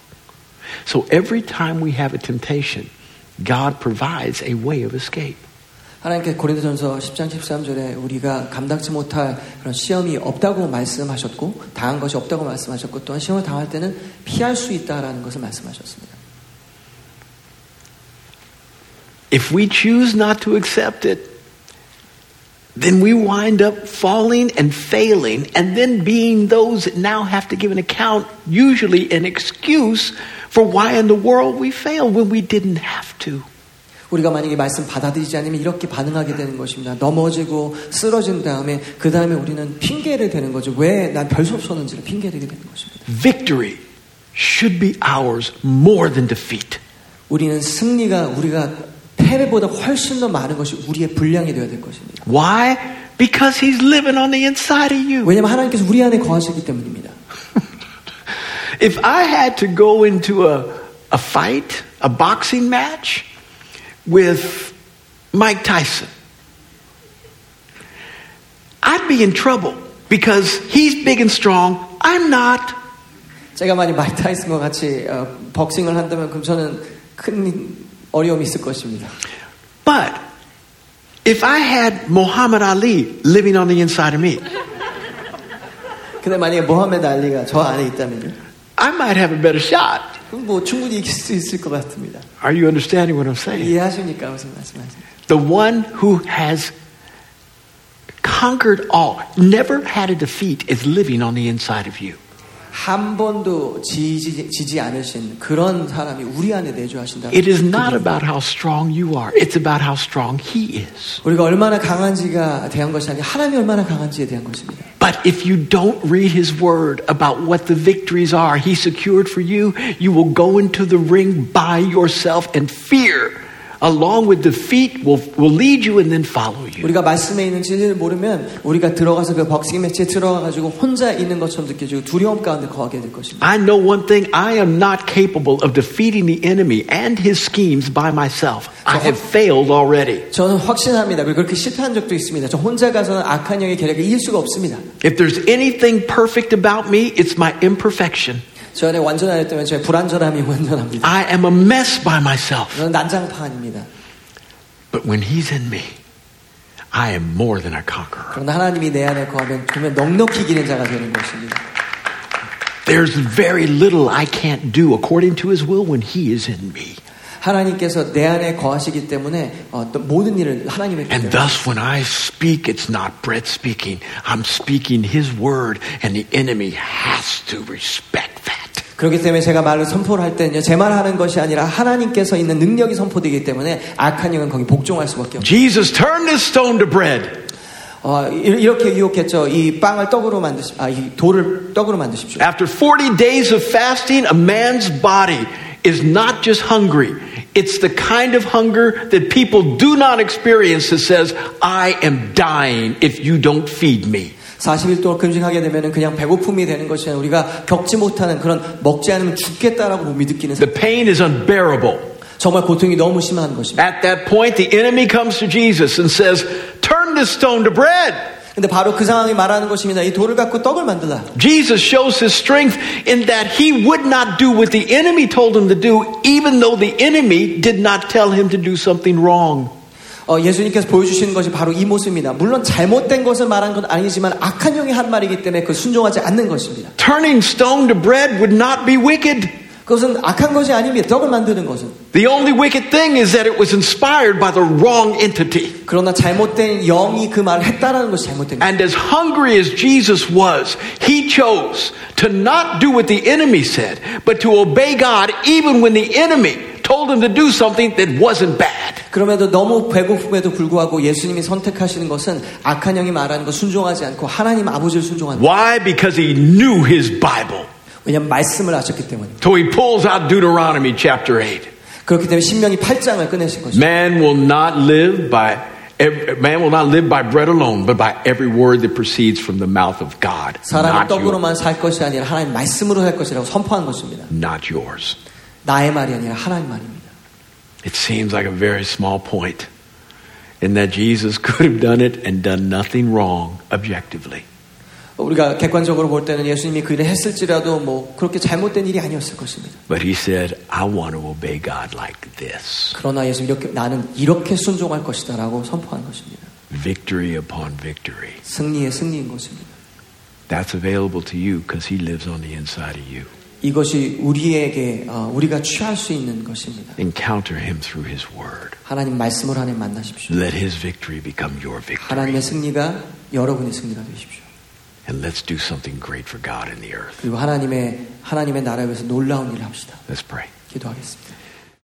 Speaker 1: So every time we have a temptation, God provides a way of escape.
Speaker 2: 하나님께서 고린도전서 10장 13절에 우리가 감당치 못할 그런 시험이 없다고 말씀하셨고 당한 것이 없다고 말씀하셨고 또한 시험을 당할 때는 피할 수 있다라는 것을 말씀하셨습니다.
Speaker 1: If we choose not to accept it, then we wind up falling and failing and then being those that now have to give an account, usually an excuse for why in the world we failed when we didn't have to.
Speaker 2: 우리가 만약에 말씀 받아들이지 않으면 이렇게 반응하게 되는 것입니다. 넘어지고 쓰러진 다음에 그 다음에 우리는 핑계를 대는 거죠. 왜 난 별 수 없었는지를 핑계대게 되는 것입니다.
Speaker 1: Victory should be ours more than defeat.
Speaker 2: 우리는 승리가 우리가 패배보다 훨씬 더 많은 것이 우리의 분량이 되어야 될 것입니다.
Speaker 1: Why? Because he's living on the inside of you.
Speaker 2: 왜냐하면 하나님께서 우리 안에 거하시기 때문입니다.
Speaker 1: If I had to go into a, a fight, a boxing match with Mike Tyson, I'd be in trouble because he's big and strong. I'm not.
Speaker 2: 제가 만약 마이크 타이슨과 같이 어, 복싱을 한다면 그럼 저는 큰 어려움이 있을 것입니다.
Speaker 1: But If I had Muhammad Ali living on the inside of me,
Speaker 2: 근데 만약에 모하메드 알리가 저 안에 있다면요?
Speaker 1: I might have a better shot.
Speaker 2: 그럼 뭐 충분히 이길 수 있을 것 같습니다.
Speaker 1: Are you understanding what I'm saying?
Speaker 2: 이해하십니까? 무슨 말씀하세요?
Speaker 1: The one who has conquered all, never had a defeat, is living on the inside of you.
Speaker 2: 한 번도 지지, 지지 않으신 그런 사람이 우리 안에 내주하신다.
Speaker 1: It is not about how strong you are, it's about how strong He is.
Speaker 2: 우리가 얼마나 강한지가 대한 것이 아니라 하나님이 얼마나 강한지에 대한 것입니다.
Speaker 1: But if you don't read His Word about what the victories are He secured for you, you will go into the ring by yourself, and fear, along with defeat, will, will lead you and then follow you.
Speaker 2: 우리가 말씀에 있는 진리를 모르면 우리가 들어가서 그 복싱 매치에 들어가가지고 혼자 있는 것처럼 느껴지고 두려움 가운데 거하게 될 것입니다.
Speaker 1: I know one thing I am not capable of defeating the enemy and his schemes by myself. I have failed already.
Speaker 2: 저는 확신합니다. 그리고 그렇게 실패한 적도 있습니다. 저 혼자 가서는 악한 영의 계략을 이길 수가 없습니다.
Speaker 1: If there's anything perfect about me, it's my imperfection.
Speaker 2: 저 안에 완전하기 때문에 저의 불완전함이 완전합니다.
Speaker 1: I am a mess by myself.
Speaker 2: 저는 난장판입니다.
Speaker 1: But when he's in me, I am more than a conqueror.
Speaker 2: 그러나 하나님이 내 안에 거하면 정말 넉넉히 이기는 자가 되는 것입니다.
Speaker 1: There's very little I can't do according to his will when he is in me.
Speaker 2: 하나님께서 내 안에 거하시기 때문에 어떤 모든 일을 하나님의
Speaker 1: And
Speaker 2: 뜻대로
Speaker 1: thus, when I speak, it's not Brett speaking. I'm speaking his word, and the enemy has to respect that.
Speaker 2: 그렇기 때문에 제가 말을 선포를 할 때는요 제 말하는 것이 아니라 하나님께서 있는 능력이 선포되기 때문에 악한 영은 거기 복종할 수밖에 없죠
Speaker 1: Jesus, turn this stone to bread.
Speaker 2: 어, 이- 이렇게 유혹했죠 이 빵을 떡으로 만드십 아이 돌을 떡으로 만드십시오
Speaker 1: After 40 days of fasting, a man's body is not just hungry, it's the kind of hunger that people do not experience that says, I am dying if you don't feed me.
Speaker 2: 40일 동안 금식하게 되면 그냥 배고픔이 되는 것이 아니라 우리가 겪지 못하는 그런 먹지 않으면 죽겠다라고 몸이 느끼는
Speaker 1: The
Speaker 2: 상-
Speaker 1: pain is unbearable.
Speaker 2: 정말 고통이 너무 심한 것입니다
Speaker 1: At that point, the enemy comes to Jesus and says, Turn this stone to bread.
Speaker 2: 근데 바로 그 상황이 말하는 것입니다 이 돌을 갖고 떡을 만들라
Speaker 1: Jesus shows his strength in that he would not do what the enemy told him to do, even though the enemy did not tell him to do something wrong.
Speaker 2: 어, 예수님께서 보여주시는 것이 바로 이 모습입니다. 물론 잘못된 것을 말한 건 아니지만 악한 영이 한 말이기 때문에 그 순종하지 않는 것입니다.
Speaker 1: Turning stone to bread would not be wicked.
Speaker 2: 그것은 악한 것이 아닙니다. 떡을 만드는 것은.
Speaker 1: The only wicked thing is that it was inspired by the wrong entity.
Speaker 2: 그러나 잘못된 영이 그 말을 했다라는 것이 잘못된 것입니다.
Speaker 1: And as hungry as Jesus was, he chose to not do what the enemy said, but to obey God even when the enemy told him to do something that wasn't bad.
Speaker 2: 그럼에도 너무 배고픔에도 불구하고 예수님이 선택하시는 것은 악한 영이 말하는 것 순종하지 않고 하나님 아버지를 순종한다.
Speaker 1: Why? Because he knew his Bible.
Speaker 2: 왜냐하면 말씀을 아셨기 때문입니다.
Speaker 1: So he pulls out Deuteronomy chapter 8.
Speaker 2: 그렇기 때문에 신명이 8장을 꺼내신 것입니다.
Speaker 1: Man will not live by ev- man will not live by bread alone, but by every word that proceeds from the mouth of God.
Speaker 2: 사람은
Speaker 1: Not, your-
Speaker 2: 떡으로만 살 것이 아니라 하나님 말씀으로 살 것이라고 선포한 것입니다.
Speaker 1: not yours.
Speaker 2: 나의 말이 아니라 하나님 말입니다.
Speaker 1: It seems like a very small point in that Jesus could have done it and done nothing wrong objectively.
Speaker 2: 우리가 객관적으로 볼 때는 예수님이 그 일을 했을지라도 뭐 그렇게 잘못된 일이 아니었을 것입니다.
Speaker 1: But he said, I want to obey God like this.
Speaker 2: 그러나 예수님 이렇게 나는 이렇게 순종할 것이다라고 선포한 것입니다.
Speaker 1: Victory upon victory.
Speaker 2: 승리의 승리인 것입니다.
Speaker 1: That's available to you because he lives on the inside of you.
Speaker 2: 이것이 우리에게 어, 우리가 취할 수 있는 것입니다.
Speaker 1: Encounter him through his word.
Speaker 2: 하나님 말씀을 하나님 만나십시오.
Speaker 1: Let his victory become your victory.
Speaker 2: 하나님의 승리가 여러분의 승리가 되십시오.
Speaker 1: And let's do something great for God in the earth.
Speaker 2: 그리고 하나님의 하나님의 나라에 위해서 놀라운 일을 합시다.
Speaker 1: Let's pray.
Speaker 2: 기도하겠습니다.